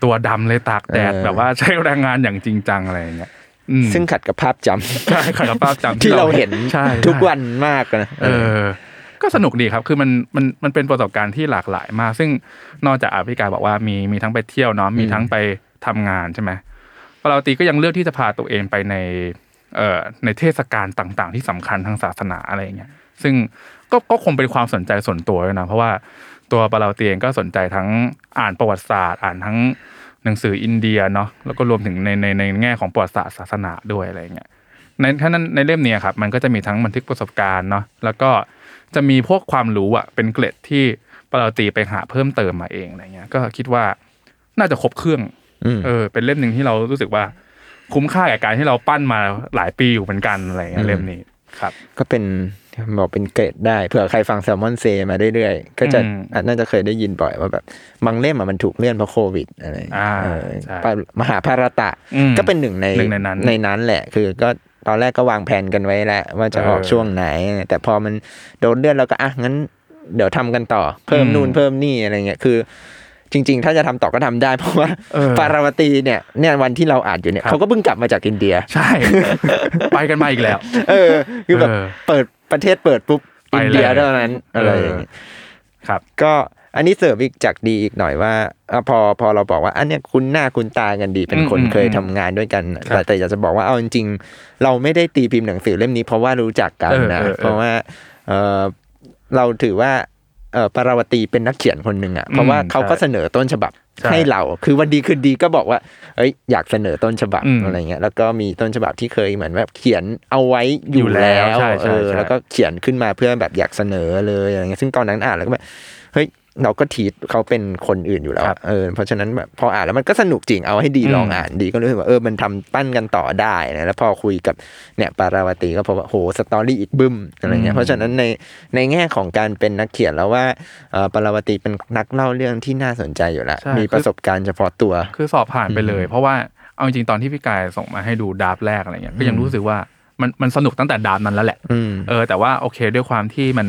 Speaker 4: ตัวดำเลยตากแดด
Speaker 3: เออ
Speaker 4: แบบว่าใช้แรงงานอย่างจริงจังอะไรอย่างเงี้ยอืม
Speaker 3: ซึ่งขัดกับภาพจำ
Speaker 4: ใช่ ขัดกับภาพจำ
Speaker 3: ที่เราเห็น
Speaker 4: ใช่
Speaker 3: ทุกวันมากนะ
Speaker 4: เออ ก็สนุกดีครับคือมันมันมันเป็นประสบการณ์ที่หลากหลายมาก ซึ่งนอกจากอาพี่กายบอกว่ามีมีทั้งไปเที่ยวเนาะมีทั้งไปทำงานใช่ไหมปราตีก็ยังเลือกที่จะพาตัวเองไปใน เอ่อในเทศกาลต่างๆ ที่สำคัญทางศาสนาอะไรอย่างเงี้ย ซึ่งก็ก็คงเป็นความสนใจส่วนตัวด้วยนะ เพราะว่าตัวปาราเตียเองก็สนใจทั้งอ่านประวัติศาสตร์ อ่านทั้งหนังสืออินเดียเนาะ แล้วก็รวมถึงในในในแง่ของประวัติศาสตร์ศาสนาด้วยอะไรอย่างเงี้ย ในท่านั้นในเล่มเนี้ยครับมันก็จะมีทั้งบันทึกประสบการณ์เนาะ แล้วก็จะมีพวกความรู้อะเป็นเกล็ดที่ปาราเตียไปหาเพิ่มเติมมาเองอะไรเงี้ย ก็คิดว่าน่าจะครบเครื่อง
Speaker 3: ม
Speaker 4: เออเป็นเล่มหนึ่งที่เรารู้สึกว่าคุ้มค่ากับการที่เราปั้นมาหลายปีอยู่เหมือนกันอะไรอย่างเงี้ยเล่มนี้ครับ
Speaker 3: ก็เป็นบอกเป็นเกรดได้เผื่อใครฟังแซลมอนเซมาเรื่อยๆก็จะ
Speaker 4: อืม
Speaker 3: อาจน่าจะเคยได้ยินบ่อยว่าแบบบางเล่มอะมันถูกเลื่อนเพราะโควิดอะไร
Speaker 4: อ่า
Speaker 3: เออ
Speaker 4: ใช่
Speaker 3: ปะมหาภารตะ
Speaker 4: อืม
Speaker 3: ก็เป็นหนึ่งใน
Speaker 4: หนึ่งในนั้น
Speaker 3: แหละ คือก็ตอนแรกก็วางแผนกันไว้แล้วว่าจะออก
Speaker 4: เออ
Speaker 3: ช่วงไหน แต่พอมันโดนเลื่อนเราก็อ่ะงั้น เดี๋ยวทำกันต่อ เพิ่ม
Speaker 4: อืม
Speaker 3: นู่นเพิ่มนี่อะไรเงี้ยคือ จริง ๆ ถ้าจะทำต่อก็ทำได้ เพราะว่า
Speaker 4: เออ
Speaker 3: ปาราวตีเนี่ยเนี่ยวันที่เราอ่านอยู่เนี่ย
Speaker 4: ครับ
Speaker 3: เขาก็เพิ่งกลับมาจากอินเดีย
Speaker 4: ใช่ ไปกันมาอีกแล้ว
Speaker 3: เออคือแบบ
Speaker 4: เออ
Speaker 3: เปิดประเทศเปิดปุ๊บ
Speaker 4: ไป
Speaker 3: อิน
Speaker 4: เลย
Speaker 3: เดียเท่านั้นอะไรอย่างงี้
Speaker 4: ครับ
Speaker 3: ก็อันนี้เสริมอีกจากดีอีกหน่อยว่าอ่ะพอพอเราบอกว่าอันเนี้ยคุณหน้าคุณตากันดีเป็นคน
Speaker 4: อืมอืม
Speaker 3: เคยทำงานด้วยกัน
Speaker 4: ครับ
Speaker 3: แต่แต่อยากจะบอกว่าเอาจริงๆเราไม่ได้ตีพิมพ์หนังสือเล่มนี้ เพราะว่ารู้จักกันนะ
Speaker 4: เออเออเออ
Speaker 3: เพราะว่าเออเราถือว่าเออปาราวตีเป็นนักเขียนคนหนึ่งอ่ะเพราะว่าเขาก็เสนอต้นฉบับ
Speaker 4: ใช่
Speaker 3: ให้เราคือวันดีคืนดีก็บอกว่า เอ้ยอยากเสนอต้นฉบับ
Speaker 4: อืม
Speaker 3: อะไรเงี้ยแล้วก็มีต้นฉบับที่เคยเหมือนแบบเขียนเอาไว้อ
Speaker 4: อยู่
Speaker 3: ยู่
Speaker 4: แล้
Speaker 3: แล้ว ว
Speaker 4: ใช่ใช่
Speaker 3: เออ
Speaker 4: ใช่
Speaker 3: แล้วก็ ก็เขียนขึ้นมาเพื่อแบบอยากเสนอเลยอะไรเงี้ยซึ่งตอนนั้นอ่านแล้วก็แบบเฮ้ยเราก็ทีดเขาเป็นคนอื่นอยู่แล้ว
Speaker 4: ครับ
Speaker 3: เออเพราะฉะนั้นแบบพออ่านแล้วมันก็สนุกจริงเอาให้ดี
Speaker 4: อืม
Speaker 3: ลองอ่านดีก็รู้สึกว่าเออมันทำปั้นกันต่อได้นะแล้วพอคุยกับเนี่ยปาราวตีก็พบว่าโหสตอรี่อีกบึ้มอะไรเงี้ยเพราะฉะนั้นในในแง่ของการเป็นนักเขียนแล้วว่าเอ่อปาราวตีเป็นนักเล่าเรื่องที่น่าสนใจอยู่แล้ว
Speaker 4: ใช่
Speaker 3: มีประสบการณ์เฉพาะตัว
Speaker 4: คือสอบผ่านไปเลย เพราะว่าเอาจริงๆตอนที่พี่กายส่งมาให้ดูดราฟต์แรกอะไรเงี้ยก็ยังรู้สึกว่ามันมันสนุกตั้งแต่ดราฟต์นั้นแล้วแหละ
Speaker 3: อืม
Speaker 4: เออแต่ว่าโอเคด้วยความที่มัน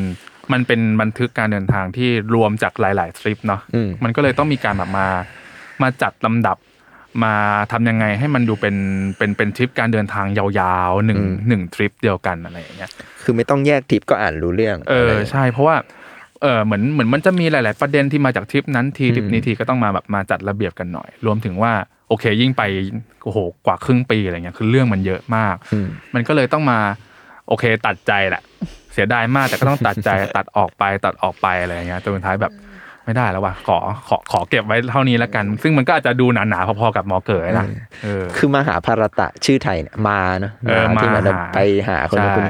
Speaker 4: มันเป็นบันทึกการเดินทางที่รวมจากหลาย ๆ ทริปเนาะ
Speaker 3: อืม
Speaker 4: มันก็เลยต้องมีการแบบมามาจัดลำดับ มาทำยังไงให้มันดูเป็นเป็นเป็นทริปการเดินทางยาวๆหนึ่ง
Speaker 3: อืม
Speaker 4: หนึ่งทริปเดียวกันอะไรอย่างเงี้ย
Speaker 3: คือไม่ต้องแยกทริปก็อ่านรู้เรื่อง
Speaker 4: เออ
Speaker 3: ไร
Speaker 4: ใช่เพราะว่าเออเหมือนเหมือนมันจะมีหลาย ๆ ประเด็นที่มาจากทริปนั้นทีทริปนี้ทีก็ต้องมาแบบมาจัดระเบียบกันหน่อย รวมถึงว่าโอเคยิ่งไปโอ้โหกว่าครึ่งปีอะไรเงี้ยคือเรื่องมันเยอะมาก
Speaker 3: อืม
Speaker 4: มันก็เลยต้องมาโอเคตัดใจแหละ เสียดายมากแต่ก็ต้องตัด ใจ ตัดออกไปตัดออกไปอะไรเงี้ยจนสุดท้ายแบบไม่ได้แล้วว่ะขอขอขอเก็บไว้เท่านี้แล้วกัน ซึ่งมันก็อาจจะดูหนา ๆ พอ ๆ กับหมอเก๋นะเออ
Speaker 3: คือมาหาภารตะชื่อไทยเนี่ยมาเนอะ
Speaker 4: เออ
Speaker 3: ที่
Speaker 4: มา
Speaker 3: เหมือนเรา
Speaker 4: หา
Speaker 3: ไปหาคน
Speaker 4: ใช่
Speaker 3: คน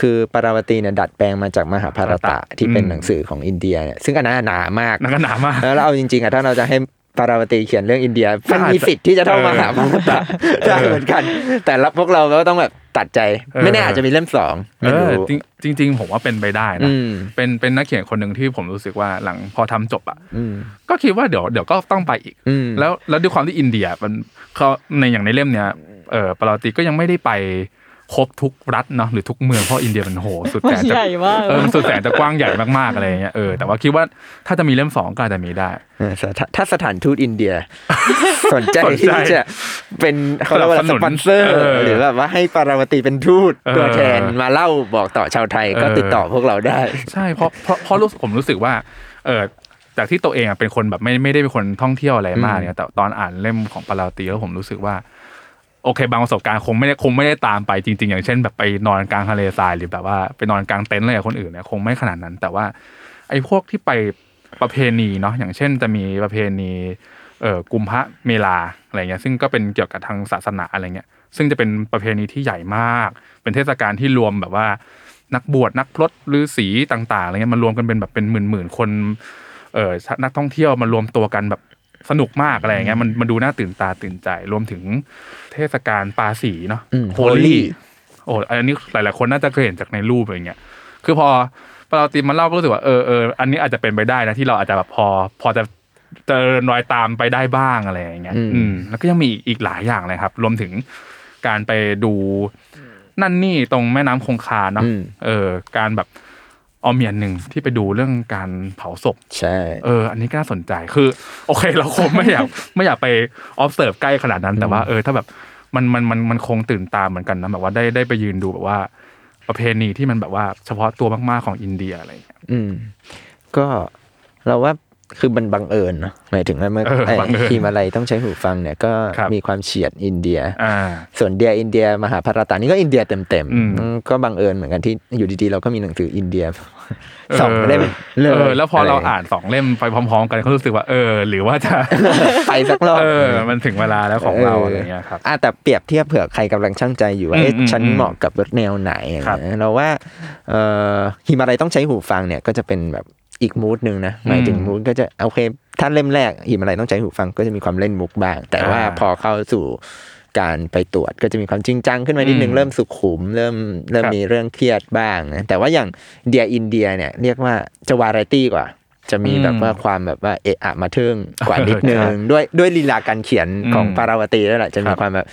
Speaker 3: คือปาราวตีเนี่ยดัดแปลงมาจากมหาภารตะที่เป็น
Speaker 4: อืม
Speaker 3: หนังสือของอินเดียเนี่ยซึ่งอันนั้นหนามาก
Speaker 4: นั่นก็หนามาก
Speaker 3: แล้วเอาจริงๆอะถ้าเราจะให้ปาราวตีเขียนเรื่องอินเดียมันมี
Speaker 4: อาจจะ
Speaker 3: สิทธิ์ที่จะเท่ามาหาภารตะ
Speaker 4: เออ
Speaker 3: ได้เหมือนกัน แต่รับพวกเราก็ต้องแบบตัดใจ
Speaker 4: เออ
Speaker 3: ไม่แน่อาจจะมีเล่มสอง
Speaker 4: เอ
Speaker 3: ไม่
Speaker 4: อ
Speaker 3: รู้
Speaker 4: จริงจริง ๆ ผมว่าเป็นไปได้นะ
Speaker 3: อืม
Speaker 4: เป็นเป็นนักเขียนคนหนึ่งที่ผมรู้สึกว่าหลังพอทำจบอ่ะ
Speaker 3: อืม
Speaker 4: ก็คิดว่าเดี๋ยวเดี๋ยวก็ต้องไปอีก
Speaker 3: อืม
Speaker 4: แล้วแล้วด้วยความที่อินเดียมันเขาในอย่างในเล่มเนี้ยเออปาราติก็ยังไม่ได้ไปครบทุกรัฐเนาะหรือทุกเมืองเพราะอินเดียมันโหสุดแสนจะ
Speaker 5: ใหญ่มาก
Speaker 4: เออมันสุดแสนจะกว้างใหญ่มากๆอะไรอย่างเงี้ยเออแต่ว่าคิดว่าถ้าจะมีเล่มสองก็อาจจะมีได้
Speaker 3: เออสถาถ้าสถานทูตอินเดีย สนใจ
Speaker 4: สนใจ
Speaker 3: ที่จะเป็นเขาเรียกว่าอะไร
Speaker 4: ส
Speaker 3: ส
Speaker 4: นับสนุน
Speaker 3: ปอนเซอร์
Speaker 4: เออ
Speaker 3: หรือแบบว่าให้ปาราวตีเป็นทูต
Speaker 4: เออ
Speaker 3: ตัวแทนมาเล่าบอกต่อชาวไทยก็
Speaker 4: เออ
Speaker 3: ติดต่อพวกเราได้
Speaker 4: ใช่เพราะเพราะเพราะรู้สึกผมรู้สึกว่าเออจากที่ตัวเองอะเป็นคนแบบไม่ไม่ได้เป็นคนท่องเที่ยวอะไรมาก
Speaker 3: อืม
Speaker 4: เนี่ยแต่ตอนอ่านเล่มของปาราตีแล้วผมรู้สึกว่า โอเค บางประสบการณ์คงไม่ได้คงไม่ได้ตามไปจริง ๆ อย่างเช่น แบบไปนอนกลางทะเลทรายหรือแบบว่าไปนอนกลางเต็นท์อะไรกับคนอื่นเนี่ยคงไม่ขนาดนั้น แต่ว่า ไอ้พวกที่ไปประเพณีเนาะอย่างเช่น จะมีประเพณีเอ่อกุมภะเมลาอะไรเงี้ยซึ่งก็เป็นเกี่ยวกับทางศาสนาอะไรเงี้ยซึ่งจะเป็นประเพณีที่ใหญ่มาก เป็นเทศกาลที่รวมแบบว่า นักบวชนักพรตฤาษีต่างๆอะไรเงี้ยมารวมกันเป็นแบบเป็นหมื่นๆคนเอ่อนักท่องเที่ยวมารวมตัวกันแบบสนุกมากอะไรอย่างเงี้ยมันมันดูน่าตื่นตาตื่นใจ รวมถึงเทศกาลปาสีเนาะ
Speaker 3: อืม
Speaker 4: โฮ
Speaker 3: Holi
Speaker 4: ลี่ โอ้อันนี้หลาย ๆ คนน่าจะเคยเห็นจากในรูปอะไรเงี้ย คือพอพอเราตีมมันเล่าก็รู้สึกว่าเออเอออันนี้อาจจะเป็นไปได้นะที่เราอาจจะแบบพอ พอจะเจอรอยตามไปได้บ้างอะไรอย่างเงี้ย
Speaker 3: อืม
Speaker 4: อืมแล้วก็ยังมีอีกอีกหลายอย่างเลยครับ รวมถึงการไปดูนั่นนี่ตรงแม่น้ำคงคาเนาะ
Speaker 3: อืม
Speaker 4: เออ การแบบเอาเมียนหนึ่งที่ไปดูเรื่องการเผาศพ
Speaker 3: ใช่
Speaker 4: เออ อันนี้ก็น่าสนใจ คือ โอเค เราคง ไม่อยาก ไม่อยากไป observe ใกล้ขนาดนั้น แต่ว่าเออ ถ้าแบบ มัน มัน มัน มันคงตื่นตาเหมือนกันนะ แบบว่าได้ ได้ไปยืนดูแบบว่า ประเพณีที่มันแบบว่าเฉพาะตัวมากๆของอินเดียอะไรอย่างเงี้ย
Speaker 3: อืมก็เราว่าคือมันบังเอิญเนอะหมายถึงว่าเมื่อ
Speaker 4: เออ
Speaker 3: ไอ้
Speaker 4: บังเอิญ
Speaker 3: ทีมอะไรต้องใช้หูฟังเนี่ยก็
Speaker 4: ครับ
Speaker 3: มีความเฉียดอินเดีย
Speaker 4: อ่า
Speaker 3: ส่วนเดียอินเดียมหาภารตานี่ก็อินเดียเต็ม
Speaker 4: อืม
Speaker 3: ๆก็บังเอิญเหมือนกันที่อยู่ดีๆเราก็มีหนังสืออินเดียสอง
Speaker 4: เ
Speaker 3: เล่มเลย
Speaker 4: เออ แล้วพอเราอ่านสองเล่มไปพร้อม ๆ กันก็รู้สึกว่า เออ หรือว่าจะ
Speaker 3: ไปสักรอบ
Speaker 4: เออ มันถึงเวลาแล้วของเราอะไรอย่างเงี้ยครับ
Speaker 3: อ่ะแต่เปรียบเทียบเผื่อใครกำลังช่างใจอยู่ว่า
Speaker 4: อืม
Speaker 3: เอ๊ะ
Speaker 4: อืม
Speaker 3: ฉัน
Speaker 4: อืม
Speaker 3: เหมาะกับแนวไหนอะไร
Speaker 4: ครับ
Speaker 3: เงี้ยเราว่าเอ่อฮิมาลัยต้องใช้หูฟังเนี่ยก็จะเป็นแบบอีกมูดหนึ่งนะหมายถึง
Speaker 4: อืม
Speaker 3: มูดก็จะโอเคถ้าเล่มแรกฮิมาลัยต้องใช้หูฟังก็จะมีความเล่นมุกบ้าง แต่ว่า
Speaker 4: อ่า
Speaker 3: พอเข้าสู่การไปตรวจก็จะมีความจริงจังขึ้นมานิดนึ
Speaker 4: อื
Speaker 3: ง
Speaker 4: ม
Speaker 3: เริ่มสุขุม เริ่มเริ่ม
Speaker 4: ครับ
Speaker 3: มีเรื่องเครียดบ้างนะแต่ว่าอย่างเดียอินเดียเนี่ยเรียกว่าจะวาไรตี้กว่า จะมีแบบว่าความแบบว่าเอะอะมาเทิงกว่านิดนึง ด้วยด้วยลีลาการเขียนของ
Speaker 4: อืม
Speaker 3: ปาราวตีแล้วยแหละจะมีความแบบ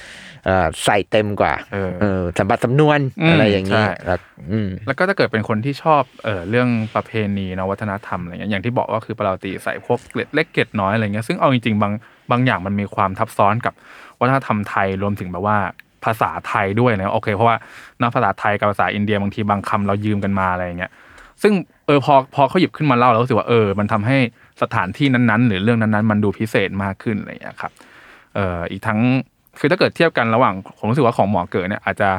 Speaker 3: เอ่อใส่เต็มกว่า
Speaker 4: เออ
Speaker 3: เออสัมบัติสำนวน
Speaker 4: อืม
Speaker 3: อะไรอย่างนี้
Speaker 4: ใช่
Speaker 3: แล้วอืม
Speaker 4: แล้วก็ถ้าเกิดเป็นคนที่ชอบเอ่อเรื่องประเพณีเนอะวัฒนธรรมอะไรเงี้ยอย่างที่บอกว่าคือปาราตีใส่พวกเกล็ดเล็กเกล็ดน้อยอะไรเงี้ยซึ่งเอาจริงๆบางบางอย่างมันมีความทับซ้อนกับวัฒนธรรมไทยรวมถึงแบบว่าภาษาไทยด้วยนะโอเค เพราะว่าเนอะภาษาไทยกับภาษาอินเดียบางทีบางคำเรายืมกันมาอะไรเงี้ยซึ่งเออพอพอเขาหยิบขึ้นมาเล่าแล้วรู้สึกว่าเออมันทำให้สถานที่นั้นๆ หรือเรื่องนั้นๆ มันดูพิเศษมากขึ้นอะไรเงี้ยครับ เอ่ออีกทั้งคือถ้าเกิดเทียบกันระหว่างผมรู้สึกว่าของหมอเก๋เนี่ยอาจจะ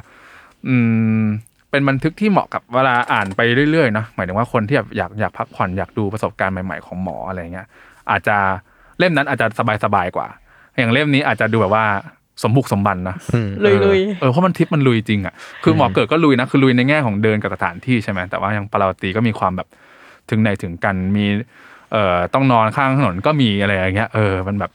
Speaker 4: อืมเป็นบันทึกที่เหมาะกับเวลาอ่านไปเรื่อยๆนะหมายถึงว่าคนที่แบบอยากอยากพักผ่อนอยากดูประสบการณ์ใหม่ๆของหมออะไรเงี้ยอาจจะเล่มนั้นอาจจะสบายๆกว่า อย่างเล่มนี้อาจจะดูแบบว่าสมบุกสมบันนะ
Speaker 5: ลุยลุย
Speaker 4: เออเออเพราะมันทริปมันลุยจริงอ่ะคือหมอเกิดก็ลุยนะคือลุยในแง่ของเดินกับสถานที่ใช่ไหมแต่ว่ายังปาราวตีก็มีความแบบถึงไหนถึงกันมีเอ่อต้องนอนข้างถนนก็มีอะไรอย่างเงี้ยเออมันแบบ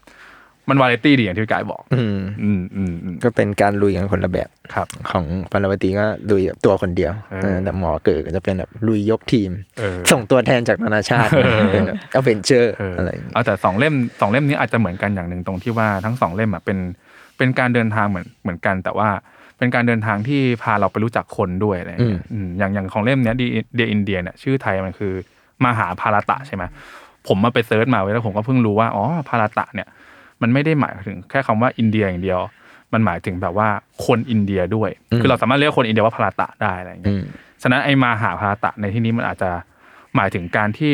Speaker 4: มันวาไรตี้ดีอย่างที่พี่กายบอก
Speaker 3: อืม
Speaker 4: อืมอืมอืม
Speaker 3: ก็เป็นการลุยกันคนละแบบ
Speaker 4: ครับ
Speaker 3: ของปารวตีก็ลุยแบบตัวคนเดียว
Speaker 4: เออ
Speaker 3: เออแต่หมอเกิดก็จะเป็นแบบลุยยกทีม
Speaker 4: เออ
Speaker 3: ส่งตัวแทนจากนานาชาติ
Speaker 4: เออ
Speaker 3: เป็นแบบอเวนเจอร์
Speaker 4: เออ
Speaker 3: อะไรอย่างนี้
Speaker 4: เอาแต่สองเล่มสองเล่มนี้อาจจะเหมือนกันอย่างหนึ่งตรงที่ว่าทั้งสองเล่มอ่ะเป็นเป็นการเดินทางเหมือนเหมือนกัน แต่ว่าเป็นการเดินทางที่พาเราไปรู้จักคนด้วยอะไรอย่างเงี้ยอืมอย่างอย่างของเล่มเนี้ยดีเดียอินเดียเนี่ยชื่อไทยมันคือมหาภารตะใช่ไหมผมมาไปเซิร์ชมาไว้แล้วผมก็เพิ่งรู้ว่าอ๋อภารตะเนี่ย มันไม่ได้หมายถึงแค่คำว่าอินเดียอย่างเดียว มันหมายถึงแบบว่าคนอินเดียด้วย
Speaker 3: อืม
Speaker 4: คือเราสามารถเรียกคนอินเดียว่าพราตะได้อะไรอย่างเงี้ย
Speaker 3: อืม
Speaker 4: ฉะนั้นไอ้มาหาพาตะในที่นี้มันอาจจะหมายถึงการที่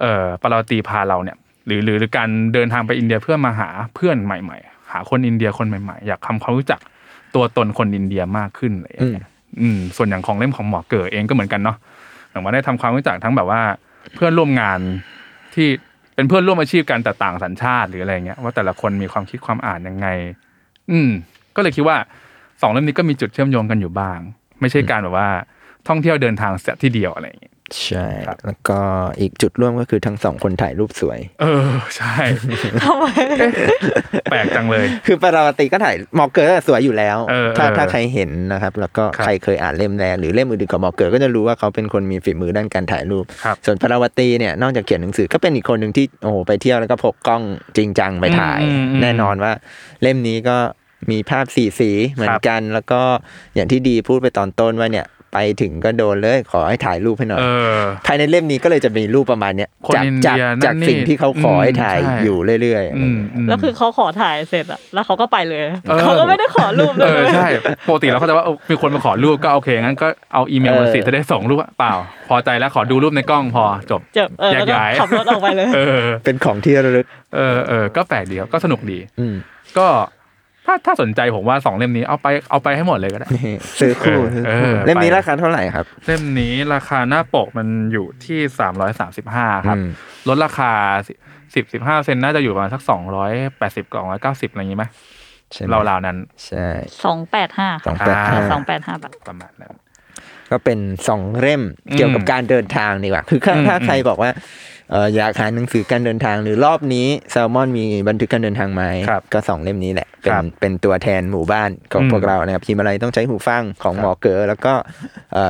Speaker 4: เอ่อปราวตีพาเราเนี่ยหรือหรือหรือการเดินทางไปอินเดียเพื่อมาหาเพื่อนใหม่ ๆ หาคนอินเดียคนใหม่ๆ อยากทำความรู้จักตัวตนคนอินเดียมากขึ้นอะไรอย่างเงี้ยอืมส่วนอย่างของเล่มของหมอเก๋อเองก็เหมือนกันเนาะอย่างว่าได้ทำความรู้จักทั้งแบบว่าเพื่อนร่วมงานที่เป็นเพื่อนร่วมอาชีพกันแต่ต่างสัญชาติหรืออะไรเงี้ยว่าแต่ละคนมีความคิดความอ่านยังไง อืมก็เลยคิดว่าสองเล่มนี้ก็มีจุดเชื่อมโยงกันอยู่บ้าง ไม่ใช่การแบบว่า ท่องเที่ยวเดินทางเสียที่เดียวอะไรอย่างเงี้ย
Speaker 3: ใช่
Speaker 4: ครับ
Speaker 3: แล้วก็อีกจุดร่วมก็คือทั้งสองคนถ่ายรูปสวย
Speaker 4: เออ ใช่ แปลกจังเลย
Speaker 3: คือปราวติก็ถ่ายหมอเกอร์สวยอยู่แล้ว
Speaker 4: เออ
Speaker 3: ถ้า
Speaker 4: เออ
Speaker 3: ถ้าใครเห็นนะครับ แล้วก็
Speaker 4: ครับ
Speaker 3: ใครเคยอ่านเล่มแรกหรือเล่มอื่นๆของหมอเกอร์ก็จะรู้ว่าเขาเป็นคนมีฝีมือด้านการถ่ายรูป
Speaker 4: ครับ
Speaker 3: ส่วนปราวติเนี่ยนอกจากเขียนหนังสือก็เป็นอีกคนหนึ่งที่โอ้โหไปเที่ยวแล้วก็พกกล้องจริงจังไปถ่าย
Speaker 4: อืมอืม
Speaker 3: แน่นอนว่าเล่มนี้ก็มีภาพสีสีเหมือนกัน แล้วก็อย่างที่ดีพูดไปตอนต้นว่าเนี่ยไปถึงก็โดนเลยขอให้ถ่ายรูปให้หน่อย
Speaker 4: เออ
Speaker 3: ภายในเล่มนี้ก็เลยจะมีรูปประมาณเนี้ย
Speaker 4: คน
Speaker 3: จาก
Speaker 4: อินเดี
Speaker 3: จาก
Speaker 4: ยนั่น
Speaker 3: จาก
Speaker 4: นี่
Speaker 3: สิ่งที่เขาขอให้ถ่าย
Speaker 4: อืมใช่
Speaker 3: อยู่เรื่อยๆ
Speaker 4: อืมม
Speaker 5: แล้วคือเขาขอถ่ายเสร็จอะแล้วเขาก็ไปเลย
Speaker 4: เออ
Speaker 5: เขาก็ไม่ได้ขอรูปเล
Speaker 4: เอย อใช่ปกติเราเข้าใจว่าเออมีคนมาขอรูปก็โอเคงั้นก็เอาอีเมลมาสิ
Speaker 3: เออ
Speaker 4: จะได้ส่งรูปอะเปล่า พอใจแล้วขอดูรูปในกล้องพอจบ
Speaker 5: เจบเออแล้วก็
Speaker 4: แยกย้าย
Speaker 5: ขับรถออกไปเลย
Speaker 4: เออ
Speaker 3: เป็นของที่ระลึก
Speaker 4: เออเออก็แปลกดีครับก็สนุกดี
Speaker 3: อืม
Speaker 4: ก็ถ้าถ้าสนใจผมว่าสองเล่มนี้เอาไปเอาไปให้หมดเลยก็ได้
Speaker 3: ซื้อคู่ซื้อ
Speaker 4: เอ
Speaker 3: คู่
Speaker 4: อ
Speaker 3: เล่มนี้ราคาเท่าไหร่ครับ
Speaker 4: เล่มนี้ราคาหน้าปกมันอยู่ที่สามร้อยสามสิบห้าครับ
Speaker 3: อืม
Speaker 4: ลดราคาสิบสิบห้าเซนน่าจะอยู่ประมาณสักสองร้อยแปดสิบกับสองร้อยเก้าสิบอะไรอย่างนี้ไหม
Speaker 3: ใช่ไหม
Speaker 4: ราวๆนั้น
Speaker 3: ใช่
Speaker 5: สองแปดห้า
Speaker 3: สองแปดห้า
Speaker 4: อ่า
Speaker 5: สองแปดห้าบาท
Speaker 4: ประมาณนั้น
Speaker 3: ก็เป็นสองเล่ม
Speaker 4: อืม
Speaker 3: เกี่ยวกับการเดินทางดีกว่า คือถ้า
Speaker 4: อืม
Speaker 3: ถ้าใครบอกว่าเอ่ออยากหาหนังสือการเดินทาง หรือรอบนี้แซลมอนมีบันทึกการเดินทางไหม
Speaker 4: ครับ
Speaker 3: ก็สองเล่มนี้แหละ เป็
Speaker 4: คน รับ
Speaker 3: เป็นตัวแทนหมู่บ้านของ
Speaker 4: อืม
Speaker 3: พวกเรานะครับพิมพ์อะไรต้องใช้หูฟังของหมอเก๋อแล้วก็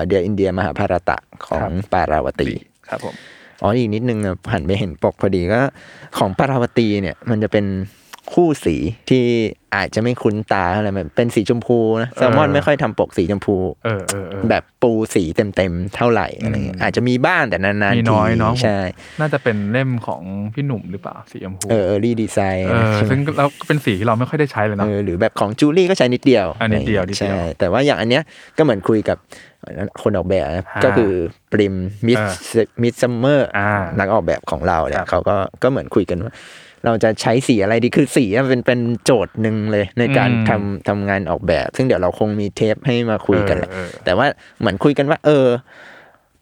Speaker 3: เดียอินเดียมหาภารตะขอ
Speaker 4: ครั
Speaker 3: ง
Speaker 4: บ
Speaker 3: ปาราวตี
Speaker 4: ครับผม
Speaker 3: อ๋ออีกนิดนึงอะหันไปเห็นปกพอดีก็ของปาราวตีเนี่ย มันจะเป็นคู่สีที่อาจจะไม่คุ้นตาอะไรมันเป็นสีชมพูนะแซลมอน
Speaker 4: เออ
Speaker 3: ไม่ค่อยทำปกสีชมพู
Speaker 4: เออเออเออ
Speaker 3: แบบปูสีเต็มๆเท่าไหร่อะไรเงี้ยอาจจะมีบ้างแต่นานๆ
Speaker 4: มี
Speaker 3: ที
Speaker 4: น้อยเนอะ
Speaker 3: ใช่
Speaker 4: น่าจะเป็นเล่มของพี่หนุ่มหรือเปล่าสีชมพู
Speaker 3: เออเออรีดีไซน์
Speaker 4: เออซึ่งเราก็เป็นสีที่เราไม่ค่อยได้ใช้เลย
Speaker 3: เอ
Speaker 4: เนาะ
Speaker 3: อหรือแบบของจูลี่ก็ใช้นิดเดียว
Speaker 4: อ่ะนิดเดียวนิดเดียว
Speaker 3: ใช่แต่ว่าอย่างอันเนี้ยก็เหมือนคุยกับคนออกแบบนะ
Speaker 4: ฮะ
Speaker 3: ก็คือปริมมิส
Speaker 4: เอ
Speaker 3: มิสซัมเมอร์
Speaker 4: อ่านั
Speaker 3: นักออกแบบของเราเนี่
Speaker 4: ค
Speaker 3: ย
Speaker 4: รับ
Speaker 3: เขาก็ก็เหมือนคุยกันว่า เราจะใช้สีอะไรดีคือสีอะมันเป็นเป็นโจทย์หนึ่งเลยในการ
Speaker 4: อืม
Speaker 3: ทำทำงานออกแบบ ซึ่งเดี๋ยวเราคงมีเทปให้มาคุยกันแหละ
Speaker 4: เออเออ
Speaker 3: แต่ว่าเหมือนคุยกันว่า เออ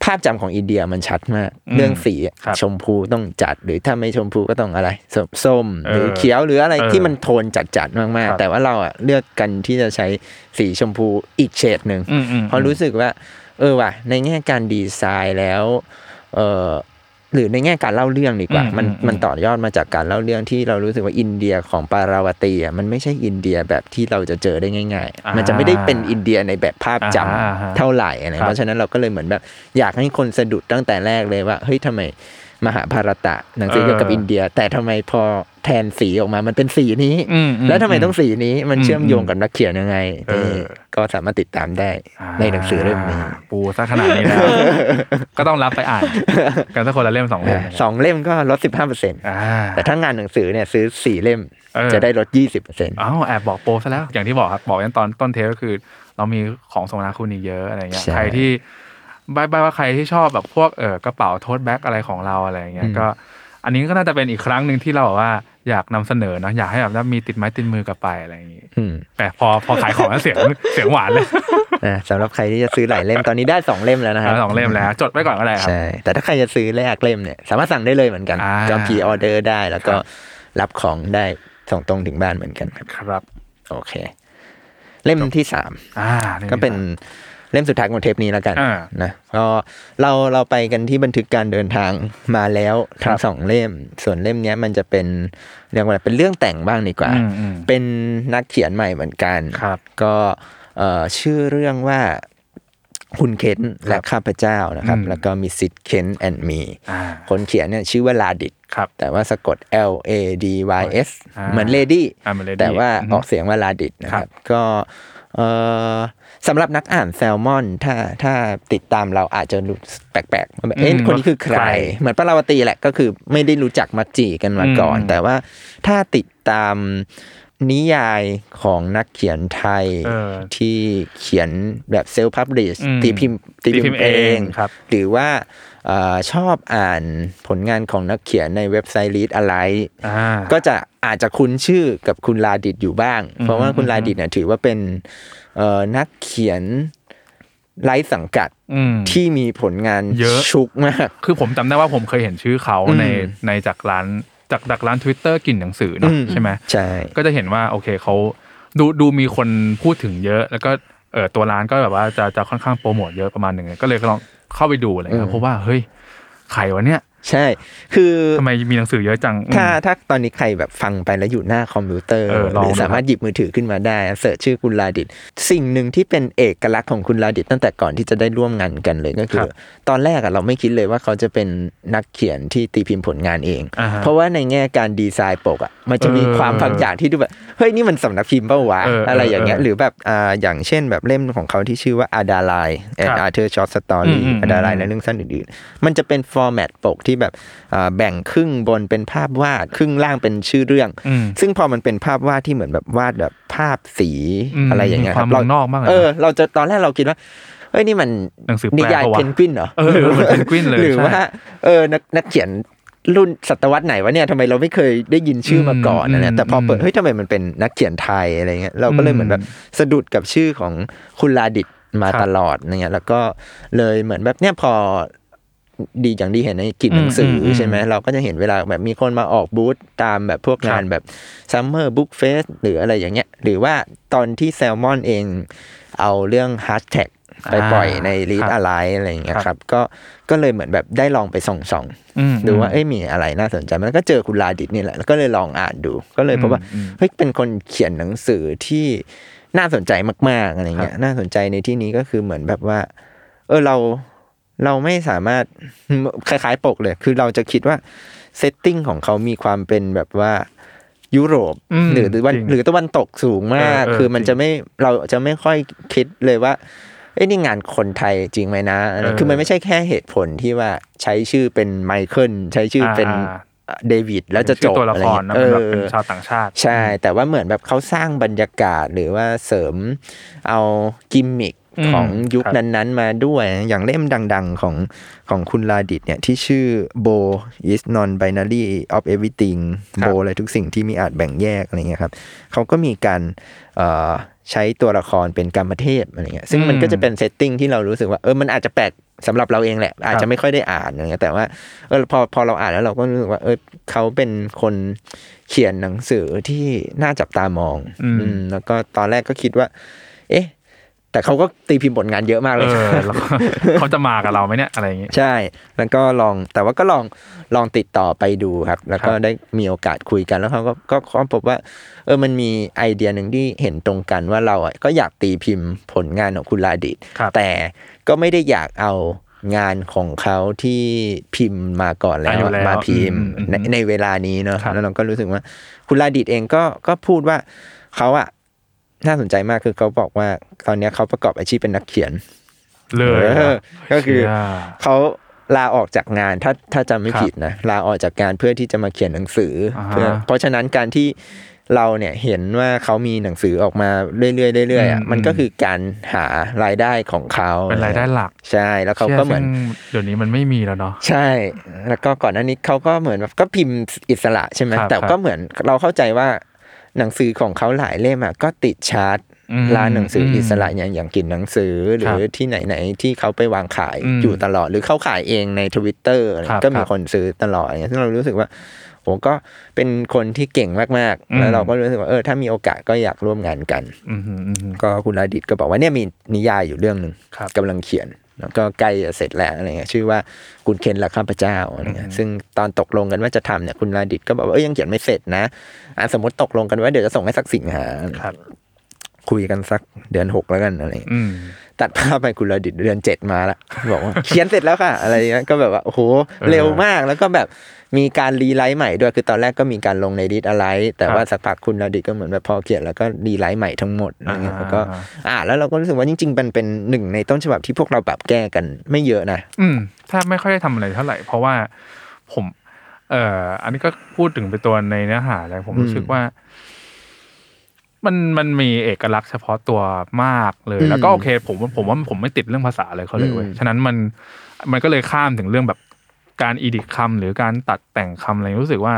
Speaker 3: ภาพจำของอินเดียมันชัดมาก
Speaker 4: อืม
Speaker 3: เรื่องสีอะ
Speaker 4: ครับ
Speaker 3: ชมพูต้องจัดหรือถ้าไม่ชมพูก็ต้องอะไรส้มส้มหรือ
Speaker 4: เออ
Speaker 3: เขียวหรืออะไร
Speaker 4: เออ
Speaker 3: ที่มันโทนจัดๆมาก
Speaker 4: ครั
Speaker 3: ๆ
Speaker 4: บ
Speaker 3: แต่ว่าเราอะเลือกกันที่จะใช้สีชมพูอีกเฉดหนึ่ง
Speaker 4: อืมอืม
Speaker 3: เพราะรู้สึกว่า เออว่ะในแง่การดีไซน์แล้วเออหรือในแง่การเล่าเรื่องดีกว่า
Speaker 4: อืม
Speaker 3: มัน
Speaker 4: อืม
Speaker 3: มันต่อยอดมาจากการเล่าเรื่องที่เรารู้สึกว่าอินเดียของปาราวตีอ่ะมันไม่ใช่อินเดียแบบที่เราจะเจอได้ง่าย
Speaker 4: อ่า
Speaker 3: ๆ มันจะไม่ได้เป็นอินเดียในแบบภาพจำ
Speaker 4: อ่าฮะอ่าฮะ
Speaker 3: เท่าไหร่อะไร
Speaker 4: ครับ
Speaker 3: เพราะฉะนั้นเราก็เลยเหมือนแบบ อยากให้คนสะดุดตั้งแต่แรกเลยว่าเฮ้ยทำไมมหาภารตะหนังสือเกี่ยวกับ
Speaker 4: เอออิ
Speaker 3: อินเดีย แต่ทำไมพอแทนสีออกมามันเป็นสีนี้
Speaker 4: อืมอืม
Speaker 3: แล้วทำไมต้องสีนี้มัน
Speaker 4: อืม
Speaker 3: เชื่อมโยง
Speaker 4: อืม
Speaker 3: กับนักเขียนยังไง
Speaker 4: เออ
Speaker 3: นี่ก็สามารถติดตามได้ ในหนังสือเล่มนี้
Speaker 4: อ่าปูซะขนาดนี้แล้ว ก็ต้องรับไปอ่าน กันสักคนละเล่มสองเล่ม
Speaker 3: สองเล่มก็ลดสิบห้าเปอร์เซ็นต์
Speaker 4: อ่า
Speaker 3: แต่ถ้างานหนังสือเนี่ยซื้อสี่เล่ม
Speaker 4: เออ
Speaker 3: จะได้ลดยี่สิบเปอร์เซ็นต์
Speaker 4: อ้าวแอบบอกโปรซะแล้ว อย่างที่บอกครับ บอกยันตอนต้นเทปก็คือ เรามีของสมนาคุณอีกเยอะอะไรเงี้ยใครที่บายบายว่าใครที่ชอบแบบพวกเออกระเป๋าโทสแบ็กอะไรของเราอะไรเงี้ยก็ อันนี้ก็น่าจะเป็นอีกครั้งหนึ่งที่เราแบบว่าอยากนำเสนอเนาะอยากให้แบบว่ามีติดไม้ติดมือกลับไปอะไรอย่างงี้แต่พอพอขายของแล้วเสียงเสียงหวานเลย
Speaker 3: สำหรับใครที่จะซื้อหลายเล่มตอนนี้ได้สองเล่มแล้วนะครับ
Speaker 4: สองเล่มแล้ว จดไว้ก่อนก็ได้ครับ
Speaker 3: ใช่แต่ถ้าใครจะซื้อแรกเล่มเนี่ยสามารถสั่งได้เลยเหมือนกัน
Speaker 4: อ่า
Speaker 3: ก็พีออเดอร์ได้แล้วก็รับของได้ส่งตรงถึงบ้านเหมือนกันครับ
Speaker 4: ครับ
Speaker 3: โอเค เล่มที่สาม
Speaker 4: อ่าล่ม
Speaker 3: ก็เป็นเล่มสุดท้ายของเทปนี้แล้วกัน
Speaker 4: อ่า
Speaker 3: นะก็เราเราไปกันที่บันทึกการเดินทางมาแล้วทั้ง
Speaker 4: ครับ
Speaker 3: สองเล่ม ส่วนเล่มเนี้ยมันจะเป็นเรียกว่าอะไรเป็นเรื่องแต่งบ้างดีกว่า
Speaker 4: อืมอืม
Speaker 3: เป็นนักเขียนใหม่เหมือนกัน
Speaker 4: ครับ
Speaker 3: ก็เอ่อชื่อเรื่องว่าคุณเคนและข้าพเจ้านะครับ
Speaker 4: อืม
Speaker 3: แล้วก็มีซิดเคนแอนด์มี
Speaker 4: อ่า
Speaker 3: คนเขียนเนี่ยชื่อว่าลาดิด
Speaker 4: ครับ
Speaker 3: แต่ว่าสะกด L A D Y S
Speaker 4: อ่า
Speaker 3: เหมือนเลดี้
Speaker 4: อ่าเหมือน lady
Speaker 3: แต่ว่า
Speaker 4: อือฮึ
Speaker 3: ออกเสียงว่าลาดิดนะค
Speaker 4: ครั
Speaker 3: รับ บ ก็เ เอ่อสำหรับนักอ่านแซลมอน ถ้าถ้าติดตามเราอาจจะรู้สึกแปลกๆว่าแบบเอ๊ะ
Speaker 4: อืม
Speaker 3: คนนี้คือใคร
Speaker 4: ใคร
Speaker 3: เหมือนปาราวตีแหละก็คือไม่ได้รู้จักมัจจีกันมาก่อน
Speaker 4: อืม
Speaker 3: แต่ว่าถ้าติดตามนิยายของนักเขียนไทย
Speaker 4: เออ
Speaker 3: ที่เขียนแบบเซลล์พับลิช
Speaker 4: อืม
Speaker 3: ตีพิมพ์ตีพิมพ์เอง
Speaker 4: ครับ
Speaker 3: หรือว่าเออชอบอ่านผลงานของนักเขียนในเว็บไซต์ Read Alike
Speaker 4: อ่า
Speaker 3: ก็จะอาจจะคุ้นชื่อกับคุณลาดิดอยู่บ้าง
Speaker 4: อืม
Speaker 3: เพราะว่าคุณลาดิดเนี่ยถือว่าเป็นเอ่อนักเขียนไร้สังกัด
Speaker 4: อืม
Speaker 3: ที่มีผลงาน
Speaker 4: เยอะ
Speaker 3: ชุกมาก
Speaker 4: คือผมจำได้ว่าผมเคยเห็นชื่อเขา
Speaker 3: อืม
Speaker 4: ในในจากร้านจากจากร้าน Twitter กลิ่นหนังสือเนอะ
Speaker 3: อืม
Speaker 4: ใช่ไหม
Speaker 3: ใช่
Speaker 4: ก็จะเห็นว่าโอเคเขาดูดูมีคนพูดถึงเยอะ แล้วก็เออตัวร้านก็แบบว่าจะจะค่อนข้างโปรโมทเยอะประมาณหนึ่งก็เลยลองเข้าไปดูอะไรเงี้ยเพราะว่าเฮ้ยใครวะเนี่ย
Speaker 3: ใช่ คือ
Speaker 4: ทำไมมีหนังสือเยอะจังอืม
Speaker 3: ถ้าถ้าตอนนี้ใครแบบฟังไปแล้วอยู่หน้าคอมพิวเตอร์
Speaker 4: เออ
Speaker 3: ห
Speaker 4: ลอง
Speaker 3: รือสามารถหยิบมือถือขึ้นมาได้เสิร์ชชื่อคุณลาดิดสิ่งหนึ่งที่เป็นเอกลักษณ์ของคุณลาดิดตั้งแต่ก่อนที่จะได้ร่วมงานกันเลยก็คื
Speaker 4: ครั
Speaker 3: อ
Speaker 4: บ
Speaker 3: ตอนแรกอะเราไม่คิดเลยว่าเขาจะเป็นนักเขียนที่ตีพิมพ์ผลงานเอง
Speaker 4: อ่าฮะ
Speaker 3: เพราะว่าในแง่การดีไซน์ปกอ่ะมันจะมี
Speaker 4: เออ
Speaker 3: ความบางอย่างที่ดูแบบเฮ้ยนี่มันสำนักพิมพ์เป้าวะ
Speaker 4: เออ
Speaker 3: อะไรอย่างเงี้ย
Speaker 4: เออ
Speaker 3: หรือแบบอ่าอย่างเช่นแบบเล่มของเขาที่ชื่อว่าอาดาไลแอน
Speaker 4: ครับ
Speaker 3: อาร์เธอร์ช็อตสตอรี่
Speaker 4: อืมอืม
Speaker 3: อาดาไล
Speaker 4: อืม
Speaker 3: และเรื่องสั้นอื่นๆ มันจะเป็นฟอร์แมตปกที่แบบอ่าแบ่งครึ่งบนเป็นภาพวาดครึ่งล่างเป็นชื่อเรื่อง
Speaker 4: อืม
Speaker 3: ซึ่งพอมันเป็นภาพวาดที่เหมือนแบบวาดแบบภาพสี
Speaker 4: อืม
Speaker 3: อะไรอย่างเงี้ย
Speaker 4: มีความ
Speaker 3: เรา
Speaker 4: เมืองนอกบ้างเลย
Speaker 3: เออ เราจะตอนแรกเราคิดว่าเฮ้ยนี่มัน
Speaker 4: หนังสือแปล
Speaker 3: นิยาย
Speaker 4: ปะวะ
Speaker 3: เพนกวินเหรอ
Speaker 4: เออเหมือน Penguin เลย
Speaker 3: หรือ
Speaker 4: ใช่
Speaker 3: ว่าเออนักนักเขียนรุ่นศตวรรษไหนวะเนี่ยทำไมเราไม่เคยได้ยินชื่อมาก่อน
Speaker 4: อืม
Speaker 3: นะเนี่ยแต่พอเปิด
Speaker 4: อืม
Speaker 3: เฮ้ยทำไมมันเป็นนักเขียนไทยอะไรเงี้ยเราก็เลย
Speaker 4: อืม
Speaker 3: เหมือนแบบสะดุดกับชื่อของคุณลาดิดมา
Speaker 4: ครับ
Speaker 3: ตลอดเนี่ยแล้วก็เลยเหมือนแบบเนี่ยพอ ดีอย่างที่เห็นในกลิ่นหนังสืออ
Speaker 4: มอืม
Speaker 3: ใช่ไหมเราก็จะเห็นเวลาแบบมีคนมาออกบูธตามแบบพวกงาน
Speaker 4: ครับ
Speaker 3: แบบซัมเมอร์บุ๊กเฟสหรืออะไรอย่างเงี้ย หรือว่าตอนที่แซลมอนเองเอาเรื่องฮ s h แท็กไปปล่อยใน
Speaker 4: อ่า
Speaker 3: รีด
Speaker 4: ครับ
Speaker 3: อะไรอะไรอย่างเงี้ย
Speaker 4: ครับ
Speaker 3: ครับก็ก็เลยเหมือนแบบได้ลองไปส่องส่อง
Speaker 4: อืม
Speaker 3: ๆดูว่าเอ้ยมีอะไรน่าสนใจแล้วก็เจอคุณลาดิดนี่แหละแล้วก็เลยลองอ่านดู ก็เลยพบว่า
Speaker 4: อืมอืม
Speaker 3: เฮ้ยเป็นคนเขียนหนังสือที่น่าสนใจมากๆอะไรเงี้ยน่าสนใจในที่นี้ก็คือเหมือนแบบว่า เออเราเราไม่สามารถ คล้ายๆปกเลย คือเราจะคิดว่าเซตติ้งของเขามีความเป็นแบบว่ายุโรป
Speaker 4: อืม
Speaker 3: หรือหรือวัน
Speaker 4: จริง
Speaker 3: หรือตะวันตกสูงมาก
Speaker 4: เออเออ
Speaker 3: คือมัน
Speaker 4: จริง
Speaker 3: จะไม่เราจะไม่ค่อยคิดเลยว่าเอ้ยนี่งานคนไทยจริงไหมนะอะไร
Speaker 4: เออ
Speaker 3: คือมันไม่ใช่แค่เหตุผลที่ว่าใช้ชื่อเป็นไมเคิลใช้ชื่อเป็น
Speaker 4: อ่า
Speaker 3: เดวิดแล้วจะจ
Speaker 4: ชื่
Speaker 3: บ
Speaker 4: อตัวละ
Speaker 3: อ
Speaker 4: ค
Speaker 3: ไเงี้
Speaker 4: ร
Speaker 3: ย
Speaker 4: นะเป็นแบบเป็น
Speaker 3: ออ
Speaker 4: ชาวต่างชาติ
Speaker 3: ใช่ แต่ว่าเหมือนแบบเขาสร้างบรรยากาศหรือว่าเสริมเอากิมมิค
Speaker 4: อืม
Speaker 3: ของยุค
Speaker 4: ครับ
Speaker 3: นั้นๆมาด้วย อย่างเล่มดังๆของของคุณลาดิดเนี่ยที่ชื่อ Bo is non binary of everything
Speaker 4: ครับ
Speaker 3: โบอะไรทุกสิ่งที่ไมีอาจแบ่งแยกอะไรเงี้ยครับเขาก็มีการเอ่อใช้ตัวละครเป็นกรรมเทพอะไรเงี้ยซึ่งมันก็จะเป็นเซตติ้งที่เรารู้สึกว่าเออมันอาจจะแปลกสำหรับเราเองแหละ อาจจะไม่ค่อยได้อ่านอะไรเงี้ยแต่ว่า เออพอพอเราอ่านแล้วเราก็รู้สึกว่าเออเขาเป็นคนเขียนหนังสือที่น่าจับตามอง
Speaker 4: อืม
Speaker 3: มแล้วก็ตอนแรกก็คิดว่า เอ๊ะ แต่เขาก็ตีพิมพ์ผลงานเยอะมากเล
Speaker 4: เอย อแล้วก็ เขาจะมากับเราไหมเนี่ยอะไรอย่างเงี้ย
Speaker 3: ใช่ แล้วก็ลองแต่ว่าก็ลองลองติดต่อไปดูครับ แล้วก็
Speaker 4: ครับ
Speaker 3: ได้มีโอกาสคุยกันแล้วเขาก็ก็ค้นพบว่า เออมันมีไอเดียหนึ่งที่เห็นตรงกันว่าเราอ่ะก็อยากตีพิมพ์ผลงานของคุณลาดิด
Speaker 4: ครับ
Speaker 3: แต่ก็ไม่ได้อยากเอางานของเขาที่พิมพ์มาก่อนแล้ว
Speaker 4: อยู่แล้ว
Speaker 3: มาพิมพ์
Speaker 4: อืม
Speaker 3: ในในเวลานี้เนอะ
Speaker 4: ครับ
Speaker 3: แล้วเราก็รู้สึกว่า คุณลาดิดเองก็ก็พูดว่าเขาอ่ะน่าสนใจมากคือเขาบอกว่าตอนเนี้ยเขาประกอบอาชีพเป็นนักเขียน
Speaker 4: เลย
Speaker 3: เออก็คือ
Speaker 4: เชี่ย
Speaker 3: เขาลาออกจากงานถ้าถ้าจำไม่
Speaker 4: ครับ
Speaker 3: ผิดนะลาออกจากงานเพื่อที่จะมาเขียนหนังสืออา
Speaker 4: ฮะ
Speaker 3: เพื่อเพราะฉะนั้นการที่เราเนี่ยเห็นว่าเขามีหนังสือออกมาเรื่อยๆเรื่อยๆ
Speaker 4: อื
Speaker 3: อ่ะ
Speaker 4: ม
Speaker 3: มันก็คือการหารายได้ของเขา
Speaker 4: เป็นรายได้หลัก
Speaker 3: ใช่แล้วเขาก็เหมือน
Speaker 4: ชี่ยซึ่งเดี๋ยวนี้มันไม่มีแล้วเนาะ
Speaker 3: ใช่ แล้วก็ก่อนหน้านี้เขาก็เหมือนแบบก็พิมพ์อิสระใช่ไหม
Speaker 4: ครับ
Speaker 3: แต่
Speaker 4: ครั
Speaker 3: ก็
Speaker 4: บ
Speaker 3: เหมือนเราเข้าใจว่าหนังสือของเขาหลายเล่มอะก็ติดชาร์จ
Speaker 4: อืม
Speaker 3: ร้านหนังสืออ
Speaker 4: ม
Speaker 3: อิสระอย่างอย่างกินหนังสือหรือที่ไหนๆที่เขาไปวางขาย
Speaker 4: อืม
Speaker 3: อยู่ตลอด หรือเขาขายเองในทวิตเตอร์
Speaker 4: ครับ
Speaker 3: ก็มี
Speaker 4: ครับ
Speaker 3: คนซื้อตลอดอย่างเงี้ยซึ่งเรารู้สึกว่าผมก็เป็นคนที่เก่งมาก
Speaker 4: อื
Speaker 3: ๆ
Speaker 4: ม
Speaker 3: แล้วเราก็รู้สึกว่าเออถ้ามีโอกาสก็อยากร่วมงานกัน
Speaker 4: อืมอืมอืม
Speaker 3: ก็คุณลาดิตก็บอกว่าเนี่ยมีนิยายอยู่เรื่องหนึ่ง
Speaker 4: ครับ
Speaker 3: กำลังเขียนแล้วก็ใกล้จะเสร็จแล้วอะไรเงี้ยชื่อว่าคุณเคนหลักข้าพเจ้าอะไรเงี้ยซึ่งตอนตกลงกันว่าจะทำเนี่ยคุณลาดิตก็บอกว่าเอ้ยยังเขียนไม่เสร็จนะอ่ะสมมติตกลงกันว่าเดี๋ยวจะส่งให้สักสิงหา
Speaker 4: ครับ
Speaker 3: คุยกันสักเดือนหกแล้วกันอะไรอย่างเงี้ย
Speaker 4: อืม
Speaker 3: ตัดภาพไปคุณระดิตเดือนเจ็ดมาละ บอกว่า เขียนเสร็จแล้วค่ะ อะไรเงี้ยก็แบบว่าโอ้โห
Speaker 4: เออ
Speaker 3: เร็วมากแล้วก็แบบมีการรีไลท์ใหม่ด้วยคือตอนแรกก็มีการลงในดิสอะไร แต่ว่าสักพักคุณระดิตก็เหมือนแบบพอเขียนแล้วก็รีไลท์ใหม่ทั้งหมดอะไรเงี้ย
Speaker 4: อ่า
Speaker 3: แล้วก็อ่าแล้วเราก็รู้สึกว่าจริงๆมันเป็นหนึ่งในต้นฉบับที่พวกเราแบบแก้กันไม่เยอะนะ
Speaker 4: อืมถ้าไม่ค่อยได้ทำอะไรเท่าไหร่ เพราะว่าผม เอ่อ อันนี้ก็พูดถึงไปตัวในเนื้อหาแล้วผม
Speaker 3: อืม
Speaker 4: รู้สึกว่า มันมันมีเอกลักษณ์เฉพาะตัวมากเลย
Speaker 3: อืม
Speaker 4: แล้วก็โอเค ผมผมว่าผมไม่ติดเรื่องภาษาเลยเขาเลยเว้ย
Speaker 3: อืม
Speaker 4: ฉะนั้นมันมันก็เลยข้ามถึงเรื่องแบบการอีดิทคำหรือการตัดแต่งคำอะไรรู้สึกว่า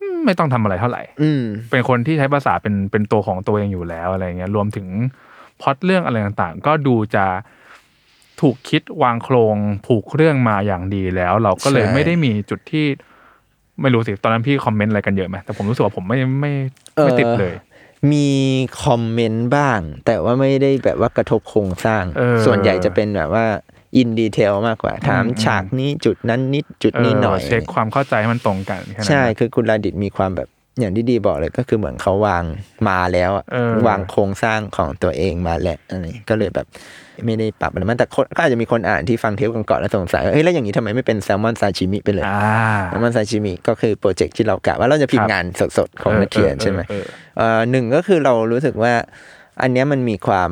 Speaker 4: อืมไม่ต้องทำอะไรเท่าไหร่
Speaker 3: อืม
Speaker 4: เป็นคนที่ใช้ภาษาเป็นเป็นตัวของตัวเองอยู่แล้วอะไรเงี้ยรวมถึงพล็อตเรื่องอะไรต่างๆ ก็ดูจะถูกคิดวางโครงผูกเรื่องมาอย่างดีแล้ว เราก็เลย
Speaker 3: ใช่
Speaker 4: ไม่ได้มีจุดที่ ไม่รู้สิตอนนั้นพี่คอมเมนต์อะไรกันเยอะไหมแต่ผมรู้สึกว่าผมไม่ไม่ไม่ติดเลย
Speaker 3: มีคอมเมนต์บ้าง แต่ว่าไม่ได้แบบว่ากระทบโครงสร้าง
Speaker 4: เออ
Speaker 3: ส่วนใหญ่จะเป็นแบบว่าอินดีเทลมากกว่า ถาม
Speaker 4: อืม
Speaker 3: ฉากนี้จุดนั้นนิดจุดนี้หน่อย
Speaker 4: เเช็คความเข้าใจให้มันตรงกันแค่นั้น
Speaker 3: ใช่
Speaker 4: นะ
Speaker 3: คือคุณลาดิตมีความแบบอย่างที่ดีบอกเลยก็คือเหมือนเขาวางมาแล้วอะ
Speaker 4: เออ
Speaker 3: วางโครงสร้างของตัวเองมาแล้วอะไรก็เลยแบบไม่ได้ปรับอะไรมันแต่คนก็อาจจะมีคนอ่านที่ฟังเทปกันก่อนแล้วสงสัยว่าเอ้ยแล้วอย่างนี้ทำไมไม่เป็นแซลมอนซาชิมิไปเลย
Speaker 4: อ่า
Speaker 3: แซลมอนซาชิมิก็คือโปรเจกต์ที่เรากะว่าเราจะพิม
Speaker 4: ครั
Speaker 3: พ์
Speaker 4: บ
Speaker 3: งานสดๆของนักเขียนใช่ไหม
Speaker 4: เออเออ
Speaker 3: เอ่อหนึ่งก็คือเรารู้สึกว่า อันเนี้ยมันมีความ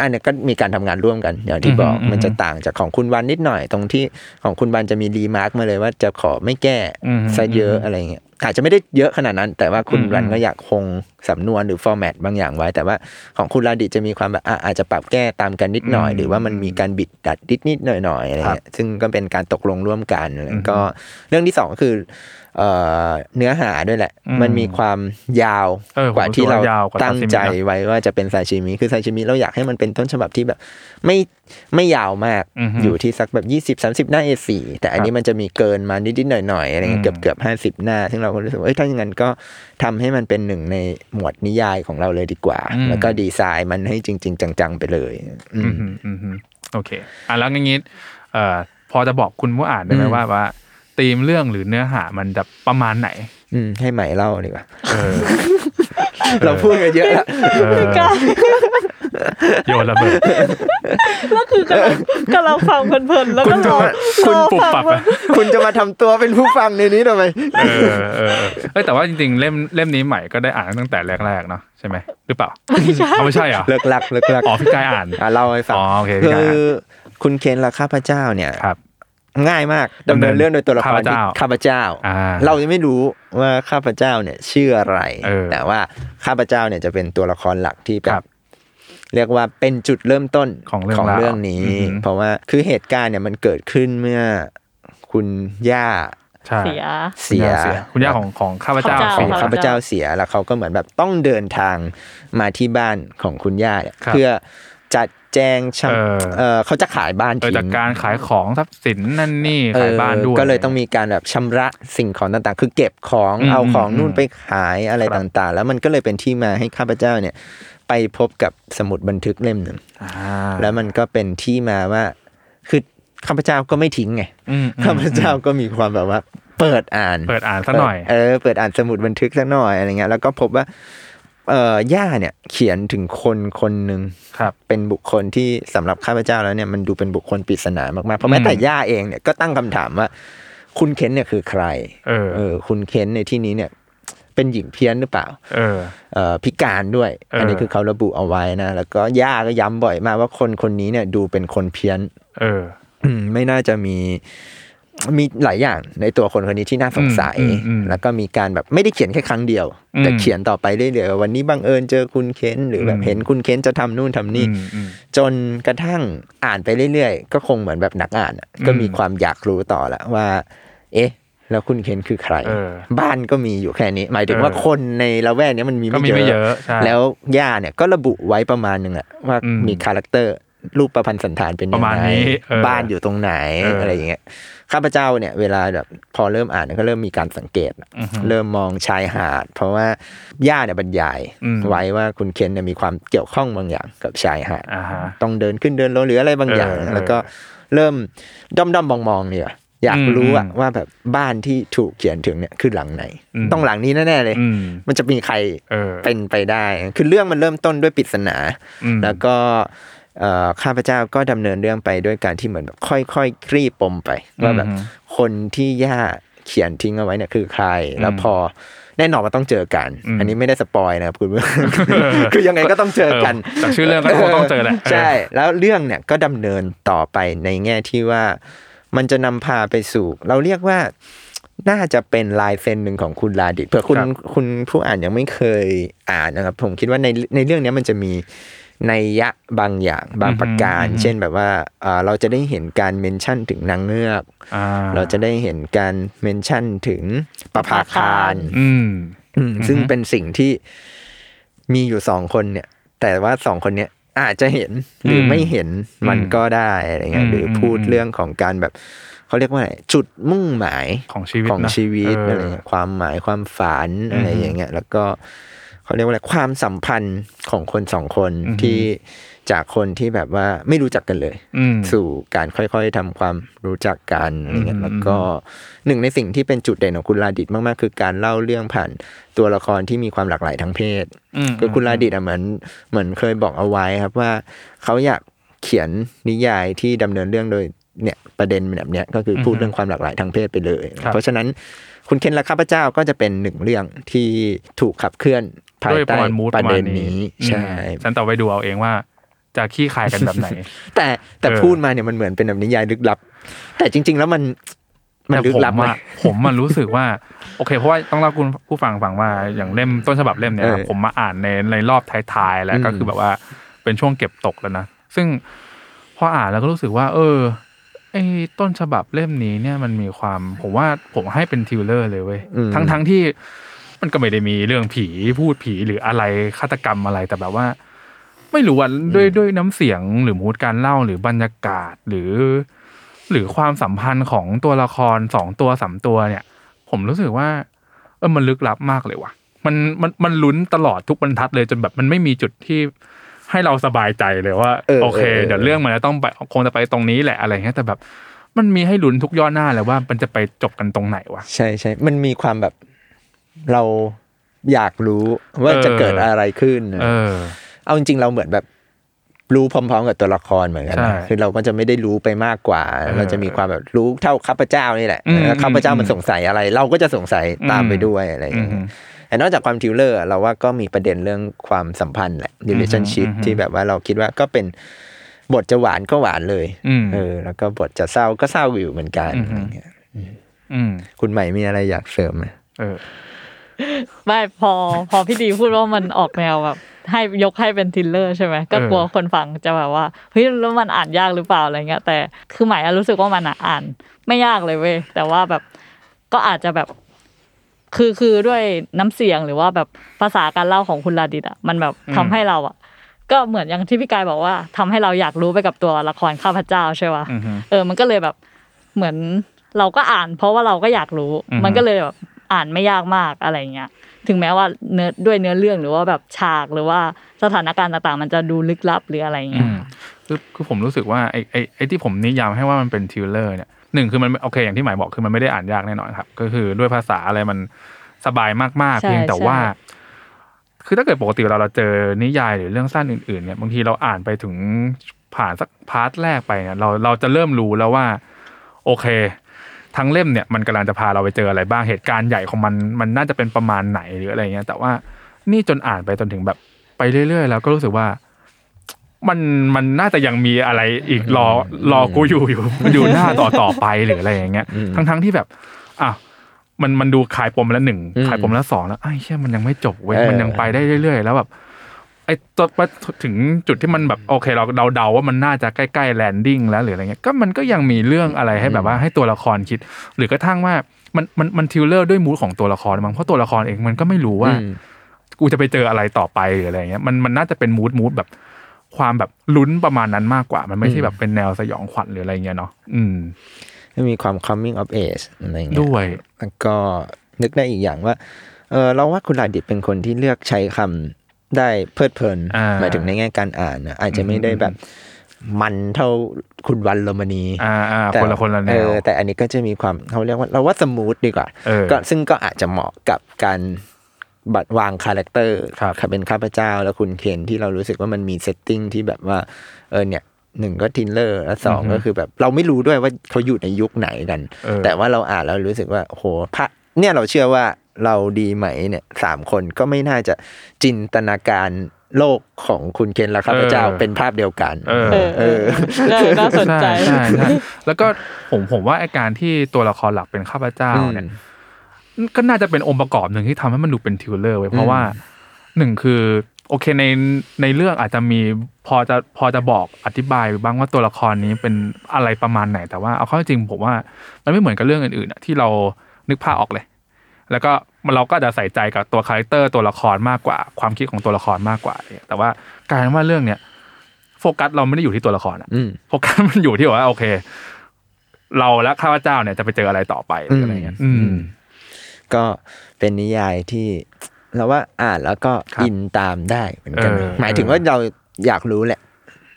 Speaker 3: อันเนี้ยก็มีการทำงานร่วมกัน อย่างที่บอก
Speaker 4: อือฮึอือฮึ
Speaker 3: มันจะต่างจากของคุณวันนิดหน่อย ตรงที่ของคุณวันจะมีรีมาร์กมาเลยว่าจะขอไม่แก้
Speaker 4: อือฮึ
Speaker 3: ซะเยอะอะไรเงี้ยอาจจะไม่ได้เยอะขนาดนั้น แต่ว่าคุณ
Speaker 4: อืม
Speaker 3: วัน
Speaker 4: อืม
Speaker 3: ก็อยากคงสำนวนหรือฟอร์แมตบางอย่างไว้ แต่ว่าของคุณลาดิจะมีความแบบอ่ะอาจจะปรับแก้ตามกันนิดหน่อย หรือว่ามันมีการบิดดัดนิดนิดๆหน่อยหน่อยๆอะไรเงี้ยซึ่งก็เป็นการตกลงร่วมกันแล้วก็เรื่องที่สองก็คือเอ่อเนื้อหาด้วยแหละ
Speaker 4: อืม
Speaker 3: มันมีความยาว
Speaker 4: เออผม
Speaker 3: กว่าที่เรา
Speaker 4: รู้สึกว่ายาวกว่า
Speaker 3: ตั้ง
Speaker 4: ซาชิมิ
Speaker 3: ใจ
Speaker 4: นะ
Speaker 3: ไว้ว่าจะเป็นซาชิมิคือซาชิมิเราอยากให้มันเป็นต้นฉบับที่แบบ ไม่ไม่ยาวมาก
Speaker 4: อือฮึ
Speaker 3: ยู่ที่สักแบบยี่สิบสามสิบหน้า A4 แต่อันนี้มันจะมีเกินมานิดนิดๆหน่อยหน่อยๆอะไรเงี้ย
Speaker 4: อื
Speaker 3: เกือ
Speaker 4: ม
Speaker 3: บเกือบห้าสิบหน้า ซึ่งเราก็รู้สึกว่าเอ้ยถ้าอย่างนั้นก็ทำให้มันเป็นหนึ่งในหมวดนิยายของเราเลยดีกว่า แล้วก็ดีไซน์มันให้จริง ๆ จังๆไปเลย อื
Speaker 4: อื
Speaker 3: ม
Speaker 4: มฮึอืมฮึโอเคอ่ะแล้วอย่างงี้เอ่อพอจะบอกคุณผู้อ่านได้ไหม
Speaker 3: อืม
Speaker 4: ว่าว่าธีมเรื่องหรือเนื้อหามันจะประมาณไหน
Speaker 3: อืมให้ใหม่เล่าดีกว่า
Speaker 4: เออ
Speaker 3: เราพูดกันเยอะแล้ว
Speaker 4: เออโยนระเบิด
Speaker 5: แล้วคือกำลังกำลังฟังเพลินๆแล้ว
Speaker 3: คุ
Speaker 5: ก็
Speaker 3: ณ
Speaker 5: ร
Speaker 3: จะ
Speaker 5: อ
Speaker 3: มาร
Speaker 4: คุณ
Speaker 5: อ
Speaker 4: ปรับ
Speaker 5: ฟัง
Speaker 4: ปรับ
Speaker 5: ว่า
Speaker 4: อะ
Speaker 3: คุณจะมาทำตัวเป็นผู้ฟังในนี้ทำไม
Speaker 4: เออเออเอ้ยแต่ว่าจริงๆ เล่มเล่มนี้ใหม่ก็ได้อ่านตั้งแต่แรกๆเนาะใช่ไหมหรือเปล่าไม่ใช่ไม่ใช่เหรอ
Speaker 3: เลิกลักเลิกลัก
Speaker 4: อ๋อพี่กายอ่าน
Speaker 3: อ่ะเล่าให้ฟัง
Speaker 4: อ๋อโอเค
Speaker 3: คื
Speaker 4: ได้
Speaker 3: อคุณเคนและข้าพเจ้าเนี่ย
Speaker 4: ครับ
Speaker 3: ง่ายมาก
Speaker 4: ดำ
Speaker 3: ดำ
Speaker 4: เนิ
Speaker 3: เนิ
Speaker 4: น
Speaker 3: นเรื่องโดยตัวละคร
Speaker 4: ข้าพ
Speaker 3: ที่
Speaker 4: เจ้า
Speaker 3: ข้าพเจ้า
Speaker 4: อ่า
Speaker 3: เราจะไม่รู้ว่าข้าพเจ้าเนี่ยชื่ออะไร
Speaker 4: เออ
Speaker 3: แต่ว่าข้าพเจ้าเนี่ยจะเป็นตัวละครหลักที่แบ
Speaker 4: ครับ
Speaker 3: บเรียกว่าเป็นจุดเริ่มต้น
Speaker 4: ของเรื่องราว
Speaker 3: นี้
Speaker 4: อือหือ
Speaker 3: เพราะว่าคือเหตุการณ์เนี่ยมันเกิดขึ้นเมื่อคุณย่า
Speaker 4: ใช่
Speaker 5: เสีย
Speaker 3: เสีย
Speaker 4: คุณย่าของของข้าพเจ้า
Speaker 5: ข้าพ
Speaker 3: ของข้าพ
Speaker 4: เสีย
Speaker 5: เจ้
Speaker 3: เจ้าเสียแล้วเขาก็เหมือนแบบต้องเดินทางมาที่บ้านของคุณย่าเนี่ย
Speaker 4: ครับ
Speaker 3: เพื่อจัดแจงชำ
Speaker 4: เออ
Speaker 3: เออเขาจะขายบ้าน
Speaker 4: เออ
Speaker 3: ทิ้
Speaker 4: จาก
Speaker 3: ง
Speaker 4: การขายของทรัพย์สินนั่นนี่ขายบ้านด้วย
Speaker 3: เออก็เลยต้องมีการแบบชำระสิ่งของต่างๆ คือเก็บของ
Speaker 4: อืม
Speaker 3: เอาของ
Speaker 4: อืม
Speaker 3: นู่นไปขายอะไร
Speaker 4: ครับ
Speaker 3: ต่างๆ แล้วมันก็เลยเป็นที่มาให้ข้าพเจ้าเนี่ย ไปพบกับสมุดบันทึกเล่มหนึ่ง
Speaker 4: อ่า
Speaker 3: แล้วมันก็เป็นที่มาว่าคือข้าพเจ้าก็ไม่ทิ้งไง
Speaker 4: อืมอืม
Speaker 3: ข้าพเจ้าก็มีความแบบว่าเปิดอ่าน
Speaker 4: เปิดอ่านสักหน่อย
Speaker 3: เออเปิดอ่านสมุดบันทึกสักหน่อยอะไรเงี้ยแล้วก็พบว่าเอ่อย่าเนี่ย เขียนถึงคนคนหนึ่ง
Speaker 4: ครับ
Speaker 3: เป็นบุคคลที่สำหรับข้าพเจ้าแล้วเนี่ยมันดูเป็นบุคคลปริศนามากๆเพราะแม้แต่
Speaker 4: อืม
Speaker 3: ย่าเองเนี่ยก็ตั้งคำถามว่า คุณเค้นเนี่ยคือใคร
Speaker 4: เออ
Speaker 3: เออ คุณเค้นในที่นี้เนี่ย เป็นหญิงเพี้ยนหรือเปล่า
Speaker 4: เออ
Speaker 3: เอ่อพิการด้วย
Speaker 4: เอออั
Speaker 3: อันนี้คือเขาระบุเอาไว้นะแล้วก็ย่าก็ย้ำบ่อยมากว่าคนคนนี้เนี่ยดูเป็นคนเพี้ยน
Speaker 4: เออ
Speaker 3: อืมไม่น่าจะมีมีหลายอย่างในตัวคนคนนี้ที่น่าสงสัย
Speaker 4: อืมอืมอืม
Speaker 3: แล้วก็มีการแบบไม่ได้เขียนแค่ครั้งเดียว
Speaker 4: อืม
Speaker 3: แต่เขียนต่อไปเรื่อยๆวันนี้บังเอิญเจอคุณเค้นหรืออ
Speaker 4: ม
Speaker 3: แบบเห็นคุณเค้นจะทำนู่นทำนี่
Speaker 4: อืมอืม
Speaker 3: จนกระทั่งอ่านไปเรื่อยๆ ก็คงเหมือนแบบนักอ่านอะ
Speaker 4: อืม
Speaker 3: ก็มีความอยากรู้ต่อละว่า เอ๊ะ แล้วคุณเคนคือใคร
Speaker 4: เออ
Speaker 3: บ้านก็มีอยู่แค่นี้ หมายถึงว่า
Speaker 4: เออ
Speaker 3: คนในละแวกเนี้ยมันมี
Speaker 4: ก็มีไม่เยอะใช่
Speaker 3: แล้วย่าเนี่ยก็ระบุไว้ประมาณหนึ่งอะว่า
Speaker 4: อืม
Speaker 3: มีคาแรคเตอร์รูปประพันธ์สันฐานเป็นยัง
Speaker 4: ประมาณ
Speaker 3: ไง
Speaker 4: นี้เออ
Speaker 3: บ้านอยู่ตรงไหน
Speaker 4: เอออ
Speaker 3: อะไรอย่างเงี้ยข้าพเจ้าเนี่ยเวลาแบบพอเริ่มอ่านก็เริ่มมีการสังเกตละ
Speaker 4: อือฮึ
Speaker 3: เริ่มมองชายหาด เพราะว่าย่าเนี่ยบรรยาย
Speaker 4: อืม
Speaker 3: ไว้ว่าคุณเคนเนี่ยมีความเกี่ยวข้องบางอย่างกับชายหาด
Speaker 4: อ่าฮะ
Speaker 3: ต้องเดินขึ้นเดินลงหรืออะไรบางอย่าง
Speaker 4: เออเออ
Speaker 3: แล้วก็เริ่มด้อมด้อมมองมองเนี่ย อยากรู้อะ
Speaker 4: อืม
Speaker 3: ว่าแบบบ้านที่ถูกเขียนถึงเนี่ยคือหลังไหน
Speaker 4: อืม
Speaker 3: ต้องหลังนี้แน่ๆเลย
Speaker 4: อืม
Speaker 3: มันจะมีใคร
Speaker 4: เออ
Speaker 3: เป็นไปได้ คือเรื่องมันเริ่มต้นด้วยปริศนา
Speaker 4: อืม
Speaker 3: แล้วก็เอ่อข้าพเจ้าก็ดำเนินเรื่องไปด้วยการที่เหมือนแบบค่อยๆคลี่ปมไปว่าแบบ
Speaker 4: อืม
Speaker 3: คนที่ย่าเขียนทิ้งเอาไว้เนี่ยคือใคร แล้ว
Speaker 4: อืม
Speaker 3: พอแน่นอนว่าต้องเจอกัน
Speaker 4: อืม
Speaker 3: อันนี้ไม่ได้สปอยนะครับคุณผู้ชมคือยังไงก็ต้องเจอกัน
Speaker 4: เออจากชื่อเรื่องก็คงต้องเจอแหละ
Speaker 3: ใช่ แล้วเรื่องเนี่ยก็ดำเนินต่อไปในแง่ที่ว่ามันจะนำพาไปสู่ เราเรียกว่าน่าจะเป็นลายเซ็นหนึ่งของคุณลาดิตเผื่อคุณ
Speaker 4: ครับ
Speaker 3: คุณผู้อ่านยังไม่เคยอ่านนะครับ ผมคิดว่าในในเรื่องเนี้ยมันจะมี ในยยะบางอย่างบางประการ
Speaker 4: อืม
Speaker 3: เช่นแบบว่าเอ่อเราจะได้เห็นการเมนชั่นถึงนางเงือก
Speaker 4: อ่า
Speaker 3: เราจะได้เห็นการเมนชั่นถึงประภาคาร
Speaker 4: อืม
Speaker 3: อืมซึ่ง
Speaker 4: อือฮึ
Speaker 3: เป็นสิ่งที่มีอยู่สองคนเนี่ย แต่ว่าสองคนเนี่ยอาจจะเห็นหรือไม่เห็นมันก็ได้อะไรเงี้ยหรือพูดเรื่องของการแบบเขาเรียกว่าอะไรจุดมุ่งหมาย
Speaker 4: ของชีวิต
Speaker 3: ของ
Speaker 4: นะ
Speaker 3: ชีวิต
Speaker 4: เ
Speaker 3: อะไรเงี้ยความหมายความฝันอะไรอย่างเงี้ยแล้วก็เขาเรียกว่าอะไรความสัมพันธ์ของคนสองคน
Speaker 4: อือฮึ
Speaker 3: ที่จากคนที่แบบว่าไม่รู้จักกันเลย
Speaker 4: อืม
Speaker 3: สู่การค่อยๆทำความรู้จักกันอะไรเงี้ย
Speaker 4: อืม
Speaker 3: แล้วก็หนึ่งในสิ่งที่เป็นจุดเด่นของคุณลาดิตมากๆ คือการเล่าเรื่องผ่านตัวละครที่มีความหลากหลายทางเพศ
Speaker 4: อืม
Speaker 3: คือคุณลาดิตอ่ะเหมือนเหมือนเคยบอกเอาไว้ครับว่าเขาอยากเขียนนิยายที่ดำเนินเรื่องโดยเนี่ยประเด็นแบบเนี้ยก็คืออ
Speaker 4: อฮึ
Speaker 3: พูดเรื่องความหลากหลายทางเพศไปเลย
Speaker 4: ครับ
Speaker 3: เพราะฉะนั้นคุณเคนและข้าพเจ้าก็จะเป็นหนึ่งเรื่องที่ถูกขับเคลื่อนภาย
Speaker 4: ด้วยป
Speaker 3: ใต้
Speaker 4: ระมาณมูด
Speaker 3: ป
Speaker 4: ประ ระมา
Speaker 3: เด็
Speaker 4: ณ
Speaker 3: น
Speaker 4: นี้
Speaker 3: นี้ใช่
Speaker 4: อืมฉันต่อไปดูเอาเองว่า จะขี้คายกันแบบไหน
Speaker 3: แต่แต่
Speaker 4: เออ
Speaker 3: พูดมาเนี่ยมันเหมือนเป็นแบบนิยายลึกลับ แต่จริง ๆ แล้วมันมันลึก
Speaker 4: แต่ผม
Speaker 3: ลับไหม
Speaker 4: อะผมมันรู้สึกว่า โอเค เพราะว่าต้องเล่าคุณผู้ฟังฟังว่าอย่างเล่มต้นฉบับเล่มเนี่ยครับ
Speaker 3: เออ
Speaker 4: ผมมาอ่านในในรอบท้ายๆแล้ว
Speaker 3: อืม
Speaker 4: ก็คือแบบว่าเป็นช่วงเก็บตกแล้วนะ ซึ่งพออ่านแล้วก็รู้สึกว่า เออไอ้ต้นฉบับเล่มนี้เนี่ยมันมีความ ผมว่าผมให้เป็นทริวเลอร์เลยเว้ยทั้งทั้งๆที่มันก็ไม่ได้มีเรื่องผีพูดผีหรืออะไรฆาตกรรมอะไรแต่แบบว่า ไม่รู้ว่าด้วยด้วยน้ำเสียงหรือมูดการเล่าหรือบรรยากาศหรือ หรือความสัมพันธ์ของตัวละครสองตัวสามตัวเนี่ย ผมรู้สึกว่า เออมันลึกลับมากเลยว่ะ มันมันมันลุ้นตลอดทุกบรรทัดเลยจนแบบมันไม่มีจุดที่ให้เราสบายใจเลยว่า
Speaker 3: เออ
Speaker 4: โอเค
Speaker 3: เออเออ
Speaker 4: เดี๋ยวเรื่องมันจะต้องไปคงจะไปตรงนี้แหละอะไรเงี้ยแต่แบบ มันมีให้ลุ้นทุกย่อหน้าเลยว่ามันจะไปจบกันตรงไหนวะ
Speaker 3: ใช่ใช่มันมีความแบบเราอยากรู้ว่าจะเกิดอะไรขึ้น
Speaker 4: เออ
Speaker 3: เอาจริงๆเราเหมือนแบบรู้พร้อมๆกับตัวละครเหมือนกัน
Speaker 4: ใช่
Speaker 3: นะคือเราก็จะไม่ได้รู้ไปมากกว่า
Speaker 4: เออ
Speaker 3: เราจะมีความแบบรู้เท่าข้าพเจ้านี่แหละ
Speaker 4: อืม
Speaker 3: แล้วข้าพเจ้ามันสงสัยอะไร เราก็จะสงสัยตามไป
Speaker 4: อืม
Speaker 3: ด้วยอะไรอย่าง
Speaker 4: อื
Speaker 3: เงี้ย
Speaker 4: ม
Speaker 3: แต่นอกจากความทริวเลอร์อะเราว่าก็มีประเด็นเรื่องความสัมพันธ์แหละ relationship
Speaker 4: อือฮึ
Speaker 3: ที่แบบว่าเราคิดว่าก็เป็นบทจะหวานก็หวานเลย
Speaker 4: อืม
Speaker 3: เออ แล้วก็บทจะเศร้าก็เศร้าอยู่เหมือนกัน
Speaker 4: อือ
Speaker 3: อะ
Speaker 4: ฮึ
Speaker 3: ไรเงี้ย
Speaker 4: อืม
Speaker 3: คุณใหม่มีอะไรอยากเสริมไหม
Speaker 4: เออ
Speaker 5: ไม่พอพอพี่ดีพูดว่ามันออกแนวแบบให้ยกให้เป็นทริลเลอร์ใช่ไหมก็
Speaker 4: เออ
Speaker 5: กลัวคนฟังจะแบบว่าเฮ้ยแล้วมันอ่านยากหรือเปล่าอะไรเงี้ยแต่คือหมายอะรู้สึกว่ามันอะอ่านไม่ยากเลยเว้ยแต่ว่าแบบก็อาจจะแบบ คือคือด้วยน้ำเสียงหรือว่าแบบภาษาการเล่าของคุณลาดิตอ่ะมันแบบทำให้เราอ่ะ ก็เหมือนอย่างที่พี่กายบอกว่าทำให้เราอยากรู้ไปกับตัวละครข้าพเจ้าใช่ปะ
Speaker 4: อืม
Speaker 5: เออ มันก็เลยแบบเหมือนเราก็อ่าน เพราะว่าเราก็อยากรู้
Speaker 4: อือฮึ
Speaker 5: มันก็เลยแบบอ่านไม่ยากมากอะไรเงี้ย ถึงแม้ว่าเนื้อด้วยเนื้อเรื่องหรือว่าแบบฉากหรือว่าสถานการณ์ต่างๆ มันจะดูลึกลับหรืออะไรเงี้ย
Speaker 4: อืมคือคือผมรู้สึกว่าไอ้ไอ้ไอ้ที่ผมนิยามให้ว่ามันเป็นทริลเลอร์เนี่ยหนึ่งคือมันโอเคอย่างที่หมายบอกคือมันไม่ได้อ่านยากแน่นอนครับ ก็คือด้วยภาษาอะไรมันสบายมากๆ
Speaker 5: ใช่
Speaker 4: เพียงแต่
Speaker 5: ใช่
Speaker 4: ว่า คือถ้าเกิดปกติเราเราเจอนิยายหรือเรื่องสั้นอื่นๆเนี่ยบางทีเราอ่านไปถึงผ่านสักพาร์ทแรกไปเนี่ยเราเราจะเริ่มรู้แล้วว่า โอเค ทั้งเล่มเนี่ยมันกำลังจะพาเราไปเจออะไรบ้างเหตุการณ์ใหญ่ของมันมันน่าจะเป็นประมาณไหนหรืออะไรเงี้ยแต่ว่านี่จนอ่านไปจนถึงแบบไปเรื่อยๆ แล้วก็รู้สึกว่า มันมันน่าจะยังมีอะไรอีกรอรอกูอยู่อยู่ อยู่หน้าต่อต่อไปหรืออะไรอย่างเงี้ยทั้งทั้งที่แบบอ่ะมันมันดูคลายปมแล้วหนึ่งคลายปมแล้วสองแล้วไอ้เชี่ยมันยังไม่จบเว้ยมันยังไปได้เรื่อยๆ แล้วแบบไอ้ตัวมาถึงจุดที่มันแบบโอเค เราเดาเดาๆว่ามันน่าจะใกล้ๆแลนดิ้งแล้วหรืออะไรเงี้ยก็มันก็ยังมีเรื่องอะไรให้แบบว่าให้ตัวละครคิด หรือกระทั่งว่ามันมันมันทิวเลอร์ด้วยมูดของตัวละครมั้งเพราะตัวละครเองมันก็ไม่รู้ว่า
Speaker 3: อืม
Speaker 4: กูจะไปเจออะไรต่อไปหรืออะไรเงี้ยมันมันน่าจะเป็นมูดมูดแบบ ความแบบลุ้นประมาณนั้นมากกว่า มันไม่ใช่แบบเป็นแนวสยองขวัญหรืออะไรเงี้ยเนาะอืม
Speaker 3: มีความ coming of age อะไรเงี้ย
Speaker 4: ด้วย
Speaker 3: แล้วก็นึกได้อีกอย่างว่า เออเราว่าคุณลาดิตเป็นคนที่เลือกใช้คำได้เพลิดเพลิน
Speaker 4: อ่า
Speaker 3: หมายถึงในแง่การอ่านนะอาจจะไม่ได้แบบ มันเท่าคุณวันโรมณี
Speaker 4: อ่าอ่า
Speaker 3: แต่
Speaker 4: คนละคนละแน
Speaker 3: เอ
Speaker 4: ว
Speaker 3: อแต่อันนี้ก็จะมีความเขาเรียกว่าเราว่าสมูทดีกว่า
Speaker 4: เออ
Speaker 3: ก็ซึ่งก็อาจจะเหมาะกับการบัดวางคาแรคเตอร์
Speaker 4: ครับ
Speaker 3: เป็นข้าพเจ้าแล้วคุณเคนที่เรารู้สึกว่ามันมีเซตติ้งที่แบบว่าเออเนี่ยหนึ่งก็ทินเลอร์แล้วสองก็คือแบบเราไม่รู้ด้วยว่าเขาอยู่ในยุคไหนกัน
Speaker 4: เออ
Speaker 3: แต่ว่าเราอ่านแล้วรู้สึกว่าโหพระเนี่ยเราเชื่อว่าเราดีไหมเนี่ยสามคนก็ไม่น่าจะจินตนาการโลกของคุณเคนและข้าพเจ้า
Speaker 4: เออ
Speaker 3: เป็นภาพเดียวกัน
Speaker 4: เออ
Speaker 5: เออเออเออน่าสนใจ
Speaker 4: ใช่ ใช่แล้วก็ผมผมว่าไอการที่ตัวละครหลักเป็นข้าพเจ้าเนี่ย ก็น่าจะเป็นองค์ประกอบหนึ่งที่ทำให้มันดูเป็นทิวเลอร์ไว้ยเพราะว่าหนึ่งคือ โอเคในในเรื่องอาจจะมีพอจะพอจะบอกอธิบายบ้างว่าตัวละครนี้เป็นอะไรประมาณไหนแต่ว่าเอาเข้าจริงผมว่ามันไม่เหมือนกับเรื่องอื่นๆอะที่เรานึกภาพออกเลย แล้วก็มันเราก็อาจจะใส่ใจกับตัวคาแรคเตอร์ตัวละครมากกว่า ความคิดของตัวละครมากกว่าอะไรเงี้ยแต่ว่าการว่าเรื่องเนี้ยโฟกัสเราไม่ได้อยู่ที่ตัวละครอะ
Speaker 3: อืม
Speaker 4: โฟกัสมันอยู่ที่ว่าโอเค เราและข้าพเจ้าเนี่ยจะไปเจออะไรต่อไปหรืออะไรเงี้ย
Speaker 3: อื
Speaker 4: อื
Speaker 3: ม
Speaker 4: ม
Speaker 3: ก็เป็นนิยายที่ เราว่าอ่านแล้วก็
Speaker 4: ครับ
Speaker 3: อินตามได้เหมือนกัน
Speaker 4: เออ
Speaker 3: หมายถึงว่าเราอยากรู้แหละ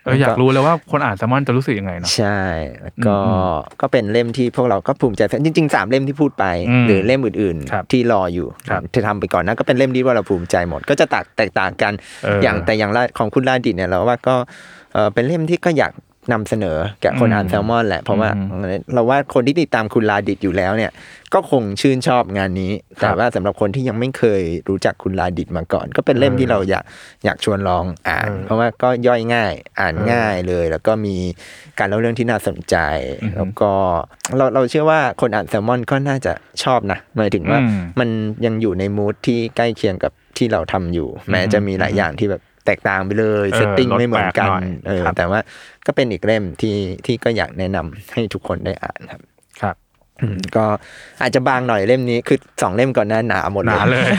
Speaker 4: เอออยากรู้แล้วว่าคนอ่านแซมมอนจะรู้สึกยังไงเนาะ
Speaker 3: ใช่แล้วก็
Speaker 4: อืม
Speaker 3: ก็เป็นเล่มที่พวกเราก็ภูมิใจจริงๆสามเล่มที่พูดไป
Speaker 4: อืม
Speaker 3: หรือเล่มอื่น
Speaker 4: ครับ
Speaker 3: ที่รออยู่
Speaker 4: ครับ
Speaker 3: ที่ทำไปก่อนนะก็เป็นเล่มที่ว่าเราภูมิใจหมด ก็จะแตกแตกต่างกัน
Speaker 4: เอออย่าง
Speaker 3: แต่อย่างละของคุณลาดิดเนี่ยเราว่าก็เอ่อเป็นเล่มที่ก็อยากนำเสนอแก่คน
Speaker 4: อืม
Speaker 3: อ่านแซลมอนแหละเพราะว่า
Speaker 4: อืม
Speaker 3: เราว่าคนที่ติดตามคุณลาดิดอยู่แล้วเนี่ยก็คงชื่นชอบงานนี้
Speaker 4: ครับ
Speaker 3: แต่ว่าสำหรับคนที่ยังไม่เคยรู้จักคุณลาดิดมาก่อน ก็เป็นเล่ม
Speaker 4: เออ
Speaker 3: ที่เราอยากอยากชวนลองอ่าน
Speaker 4: เออ
Speaker 3: เพราะว่าก็ย่อยง่ายอ่านง่ายเลย แล้วก็มีการเล่าเรื่องที่น่าสนใจ
Speaker 4: อือฮึ
Speaker 3: แล้วก็เราเราเชื่อว่าคนอ่านแซลมอนก็น่าจะชอบนะหมายถึงว่า
Speaker 4: อืม
Speaker 3: มันยังอยู่ในมูทที่ใกล้เคียงกับที่เราทำอยู่ แม้จะมีหลายอย่างที่แบบแตกต่างไปเลย
Speaker 4: เออ
Speaker 3: เซตติ้ง
Speaker 4: ลด
Speaker 3: ไม่เหมือนกัน
Speaker 4: แปลกหน่อย
Speaker 3: เออ
Speaker 4: ครับ
Speaker 3: แต่ว่าก็เป็นอีกเล่มที่ที่ก็อยากแนะนำให้ทุกคนได้อ่านครับ
Speaker 4: ครับ
Speaker 3: อืมก็อาจจะบางหน่อยเล่มนี้คือสองเล่มก่อนหน้าหนาหมด
Speaker 4: ห
Speaker 3: เลย
Speaker 4: นาเลย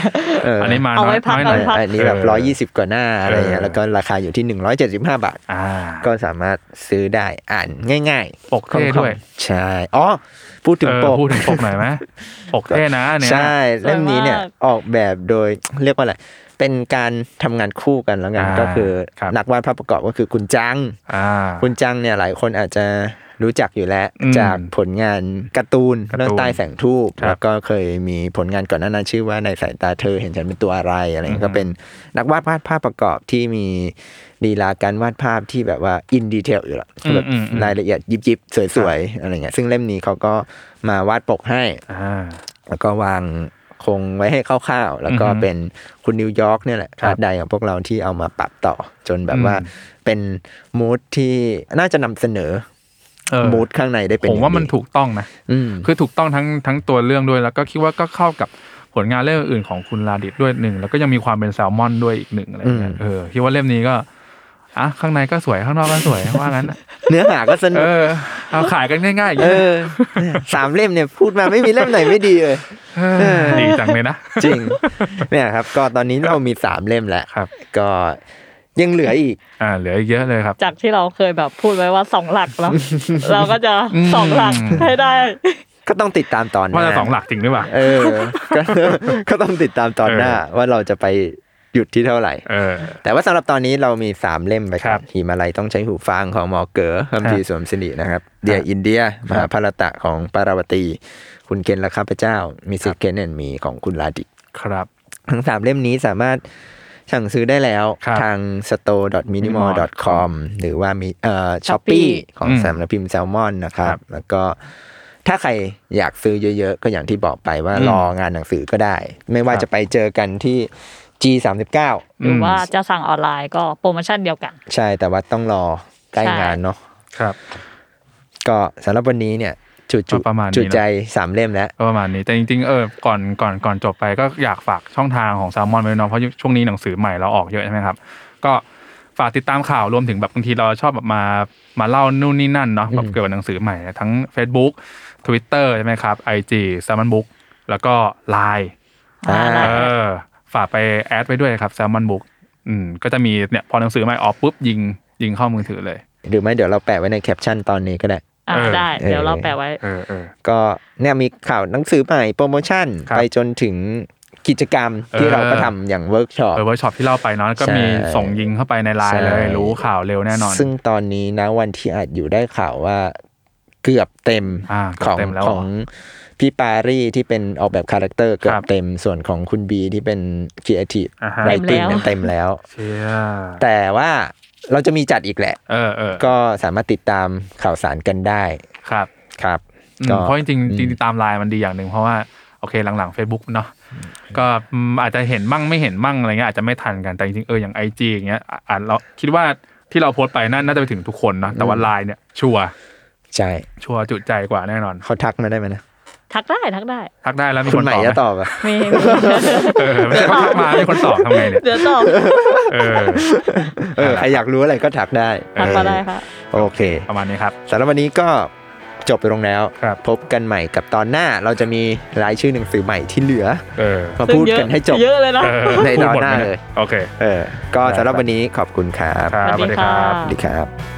Speaker 3: เออ
Speaker 4: อันนี้มา
Speaker 5: เอา
Speaker 4: น้อ
Speaker 5: ไว้
Speaker 4: ย
Speaker 5: พัก
Speaker 4: น้อยหน่อย
Speaker 5: เอาไว้พัก
Speaker 3: อันนี้แบบ
Speaker 4: เออ
Speaker 3: ร้อยยี่สิบ120 กว่าหน้าอะไรอย่างเงี้ย
Speaker 4: เออ
Speaker 3: แล้วก็ราคาอยู่ที่หนึ่งร้อยเจ็ดสิบห้าบาท
Speaker 4: อ่า
Speaker 3: ก็สามารถซื้อได้อ่านง่าย
Speaker 4: ปก
Speaker 3: ๆ
Speaker 4: เท่ด้วย
Speaker 3: ใช่อ๋อพูดถึง
Speaker 4: เออ
Speaker 3: ปก
Speaker 4: พูดถึงปกหน่อยไหมปกเท่นะเนี่ย
Speaker 3: ใช่เล่มนี้เนี่ย
Speaker 5: สวยมาก
Speaker 3: ออกแบบโดยเรียกว่าอะไรเป็นการทำงานคู่กันแล้วกัน
Speaker 4: อ่า
Speaker 3: ก็คือ
Speaker 4: ครับ
Speaker 3: นักวาดภาพประกอบก็คือคุณจัง
Speaker 4: อ่า
Speaker 3: คุณจังเนี่ยหลายคนอาจจะรู้จักอยู่แล้ว
Speaker 4: อืม
Speaker 3: จากผลงานการ์ตูน
Speaker 4: การ์ตูน
Speaker 3: เรื่องใต้แสงทูป
Speaker 4: ครับ
Speaker 3: แล้วก็เคยมีผลงานก่อนหน้านั้นชื่อว่าในสายตาเธอเห็นฉันเป็นตัวอะไรอะไรเงี้ย
Speaker 4: อืม
Speaker 3: ก็เป็นนักวาดวาดภาพประกอบที่มีลีลาการวาดภาพที่แบบว่าอินดีเทลอยู่ละ
Speaker 4: อืม
Speaker 3: แบบ
Speaker 4: อืมอืม
Speaker 3: รายละเอียดยิบยิบๆสวยๆอะไรเงี้ยซึ่งเล่มนี้เขาก็มาวาดปกให้
Speaker 4: อ่า
Speaker 3: แล้วก็วางคงไว้ให้คร่าวๆ แล้วก็
Speaker 4: อือฮึ
Speaker 3: เป็นคุณนิวยอร์กเนี่ยแหละ
Speaker 4: ครับ
Speaker 3: พาร์ทใดของพวกเราที่เอามาปรับต่อ จนแบ
Speaker 4: อื
Speaker 3: บ
Speaker 4: ม
Speaker 3: ว่าเป็นมูดที่น่าจะนำเสนอ
Speaker 4: เออ
Speaker 3: มูดข้างในได้เป็น
Speaker 4: ผมว่ามั
Speaker 3: อ
Speaker 4: น
Speaker 3: ย่งดี
Speaker 4: ถูกต้องนะ
Speaker 3: อืม
Speaker 4: คือถูกต้องทั้งทั้งตัวเรื่องด้วย แล้วก็คิดว่าก็เข้ากับผลงานเล่มอื่นของคุณลาดิดด้วยหนึ่งแล้วก็ยังมีความเป็นแซลมอนด้วยอีกหนึ่งอะไรเงี้ย
Speaker 3: อืม
Speaker 4: เออคิดว่าเล่มนี้ก็อ่ะข้างในก็สวยข้างนอกก็สวย ว่างั้นอะ
Speaker 3: เนื้อหาก็สนุ
Speaker 4: เอก อเอาขายกันง่ายๆอย่าง
Speaker 3: เอ
Speaker 4: เงี้ย
Speaker 3: อสามเล่มเนี่ยพูดมาไม่มีเล่มไหนไม่ดีเลย
Speaker 4: เออดีจังเลยนะ
Speaker 3: จริง เนี่ยครับ ก็ตอนนี้เรามีสามเล่มแล้ว
Speaker 4: ครับ
Speaker 3: ก็ยังเหลืออีก
Speaker 4: อ่าเหลืออีกเยอะเลยครับ
Speaker 5: จากที่เราเคยแบบพูดไว้ว่าสองหลัก แล้ว เราก็จะสองหลัก
Speaker 4: อืม
Speaker 5: ให้ได้
Speaker 3: ก็ต้องติดตามตอนหน้า
Speaker 4: ว่าจะสองหลักจริงหรือเปล่า
Speaker 3: เออก็ ก็ต้องติดตามตอนหน้า ว่าเราจะไปหยุดที่เท่าไหร่
Speaker 4: เออ
Speaker 3: แต่ว่าสำหรับตอนนี้เรามี 3 เล่มไปค
Speaker 4: ครั
Speaker 3: รั
Speaker 4: บบ
Speaker 3: หิมาลัยต้องใช้หูฟังของหมอเก๋อคัมภีร์สวมสิรินะครับ เดียอินเดีย มหาภารตะของปาราวตี คุณเกณฑ์ละข้าพเจ้า มีสิทธิ์เกณฑ์แอนมีของคุณลาดิก
Speaker 4: ครับ
Speaker 3: ทั้ง 3 เล่มนี้สามารถสั่งซื้อได้แล้ว
Speaker 4: ครับ
Speaker 3: ทาง store.minimal.com หรือว่ามีเอ่อช้อปปี
Speaker 5: Shopee
Speaker 3: ของ
Speaker 4: อืม
Speaker 3: สำนักพิมพ์แซลมอนนะครับ
Speaker 4: ครับ
Speaker 3: แล้วก็ถ้าใครอยากซื้อเยอะๆ ก็อย่างที่บอกไปว่า
Speaker 4: อืม
Speaker 3: รองานหนังสือก็ได้ ไม่ว่า
Speaker 4: ครับ
Speaker 3: จะไปเจอกันที่ G39
Speaker 5: หรือว่าจะสั่งออนไลน์ก็โปรโมชั่นเดียวกัน
Speaker 3: ใช่แต่ว่าต้องรอใกล้
Speaker 5: ใช่
Speaker 3: งานเนาะ
Speaker 4: ครับ
Speaker 3: ก็สำหรับวันนี้เนี่ยจุด
Speaker 4: ก็ประมาณนี้
Speaker 3: จุดใจสามเล่มแล้ว
Speaker 4: ก็ประมาณนี้แต่จริงๆเออก่อนก่อนก่อนจบไปก็อยากฝากช่องทางของแซลมอนไว้เน้องเพราะช่วงนี้หนังสือใหม่เราออกเยอะใช่ไหมครับ ก็ฝากติดตามข่าวรวมถึงแบบบางทีเราชอบแบบมามาเล่านู่นนี่นั่นเนาะแบบเกี่ยวกับหนังสือใหม่นะทั้ง Facebook Twitter ใช่ไหมครับ IG s ซ l m o n Book แล้วก็ Line
Speaker 3: อ่า
Speaker 5: อะไร
Speaker 4: เออฝากไปแอดไปด้วยครับ s ซ l m o n Book อืมก็จะมีเนี่ยพอหนังสือใหม่ออกปุ๊บยิงยิงเข้ามือถือเลย
Speaker 3: หรือไม่เดี๋ยวเราแปะไว้ในแคปชั่นตอนนี้ก็ได้
Speaker 5: อ่า
Speaker 4: เออ
Speaker 5: ได้ เดี๋ยวเรา
Speaker 3: เออ
Speaker 5: แปะไว้
Speaker 4: เออเออ
Speaker 3: ก็เนี่ยมีข่าวหนังสือใหม่โปรโมชั่น
Speaker 4: ครับ
Speaker 3: ไปจนถึง กิจกรรมที่
Speaker 4: เออ
Speaker 3: เราก็ทำอย่างเวิร์กช็อป
Speaker 4: เออเวิร์กช็อปที่เล่าไปเนาะก็มี
Speaker 3: ใช่
Speaker 4: ส่งยิงเข้าไปในไลน์เลย
Speaker 3: ใช่
Speaker 4: รู้ข่าวเร็วแน่นอน
Speaker 3: ซึ่งตอนนี้นะวันที่อัดอยู่ได้ข่าวว่าเกือบเต็ม
Speaker 4: อ่าเกือบ
Speaker 3: ของ
Speaker 4: เต็มแล้ว
Speaker 3: ของพี่ปารีที่เป็นออกแบบคาแรคเตอร์เกือ
Speaker 4: ครับ บ
Speaker 3: เต็มส่วนของคุณบีที่เป็นครีเอทีฟ
Speaker 4: อ่าฮะ
Speaker 3: ไรติง
Speaker 5: เต็มแล้ว
Speaker 3: เต็มแล้ว
Speaker 4: เชี่ย
Speaker 3: แต่ว่าเราจะมีจัดอีกแหละ
Speaker 4: เออเออ
Speaker 3: ก็สามารถติดตามข่าวสารกันได้
Speaker 4: ครับ
Speaker 3: ครับ
Speaker 4: อืม
Speaker 3: ก็
Speaker 4: เพราะจริง
Speaker 3: อืม
Speaker 4: ๆจริงๆตามไลน์มันดีอย่างหนึ่งเพราะว่าโอเคหลังๆ Facebook เนาะก็อืมอาจจะเห็นมั่งไม่เห็นมั่งอะไรเงี้ยอาจจะไม่ทันกันแต่จริงๆเอออย่างไอจีอย่างเงี้ยอ่ะอ่านเราคิดว่าที่เราโพสต์ไปน่าน่าจะไปถึงทุกคนนะแต่ว่าไลน์เนี่ยชัวร์
Speaker 3: ใช่
Speaker 4: ชัวร์จุใจกว่าแน่นอน
Speaker 3: เขาทักมาได้ไหมนะ
Speaker 5: ทักได้ทักได้
Speaker 4: ทักได้แล้วมี
Speaker 3: คุ
Speaker 4: ค
Speaker 3: ณ
Speaker 4: น
Speaker 3: ใหม่
Speaker 4: ตอบไหม
Speaker 3: จะตอบอะ
Speaker 5: มี
Speaker 4: เออไม่ใช่เขาทัก มามีคนตอบทำไงเนี่ย
Speaker 5: เดี๋ยวตอบ
Speaker 4: เออ
Speaker 3: เออใครอยากรู้อะไรก็ทักได้
Speaker 5: ทักมาได้ค่ะ
Speaker 3: โอเค
Speaker 4: ประมาณนี้ครับ
Speaker 3: สำหรับวันนี้ก็จบไปลงแล้ว
Speaker 4: ครับ
Speaker 3: พบกันใหม่กับตอนหน้าเราจะมีรายชื่อหนังสือใหม่ที่เหลือ
Speaker 4: เออ
Speaker 3: มาพูดกันให้จบ
Speaker 5: เยอะเลยนะ
Speaker 4: เออ
Speaker 3: ในตอน
Speaker 4: พูดมด
Speaker 3: หน้า
Speaker 4: ไม
Speaker 3: เลย
Speaker 4: โอเค
Speaker 3: เออ ก็สำหรับวันนี้ขอบคุณครับ
Speaker 4: ครับ
Speaker 5: สวัสดีครับ
Speaker 3: สวัสดีครับ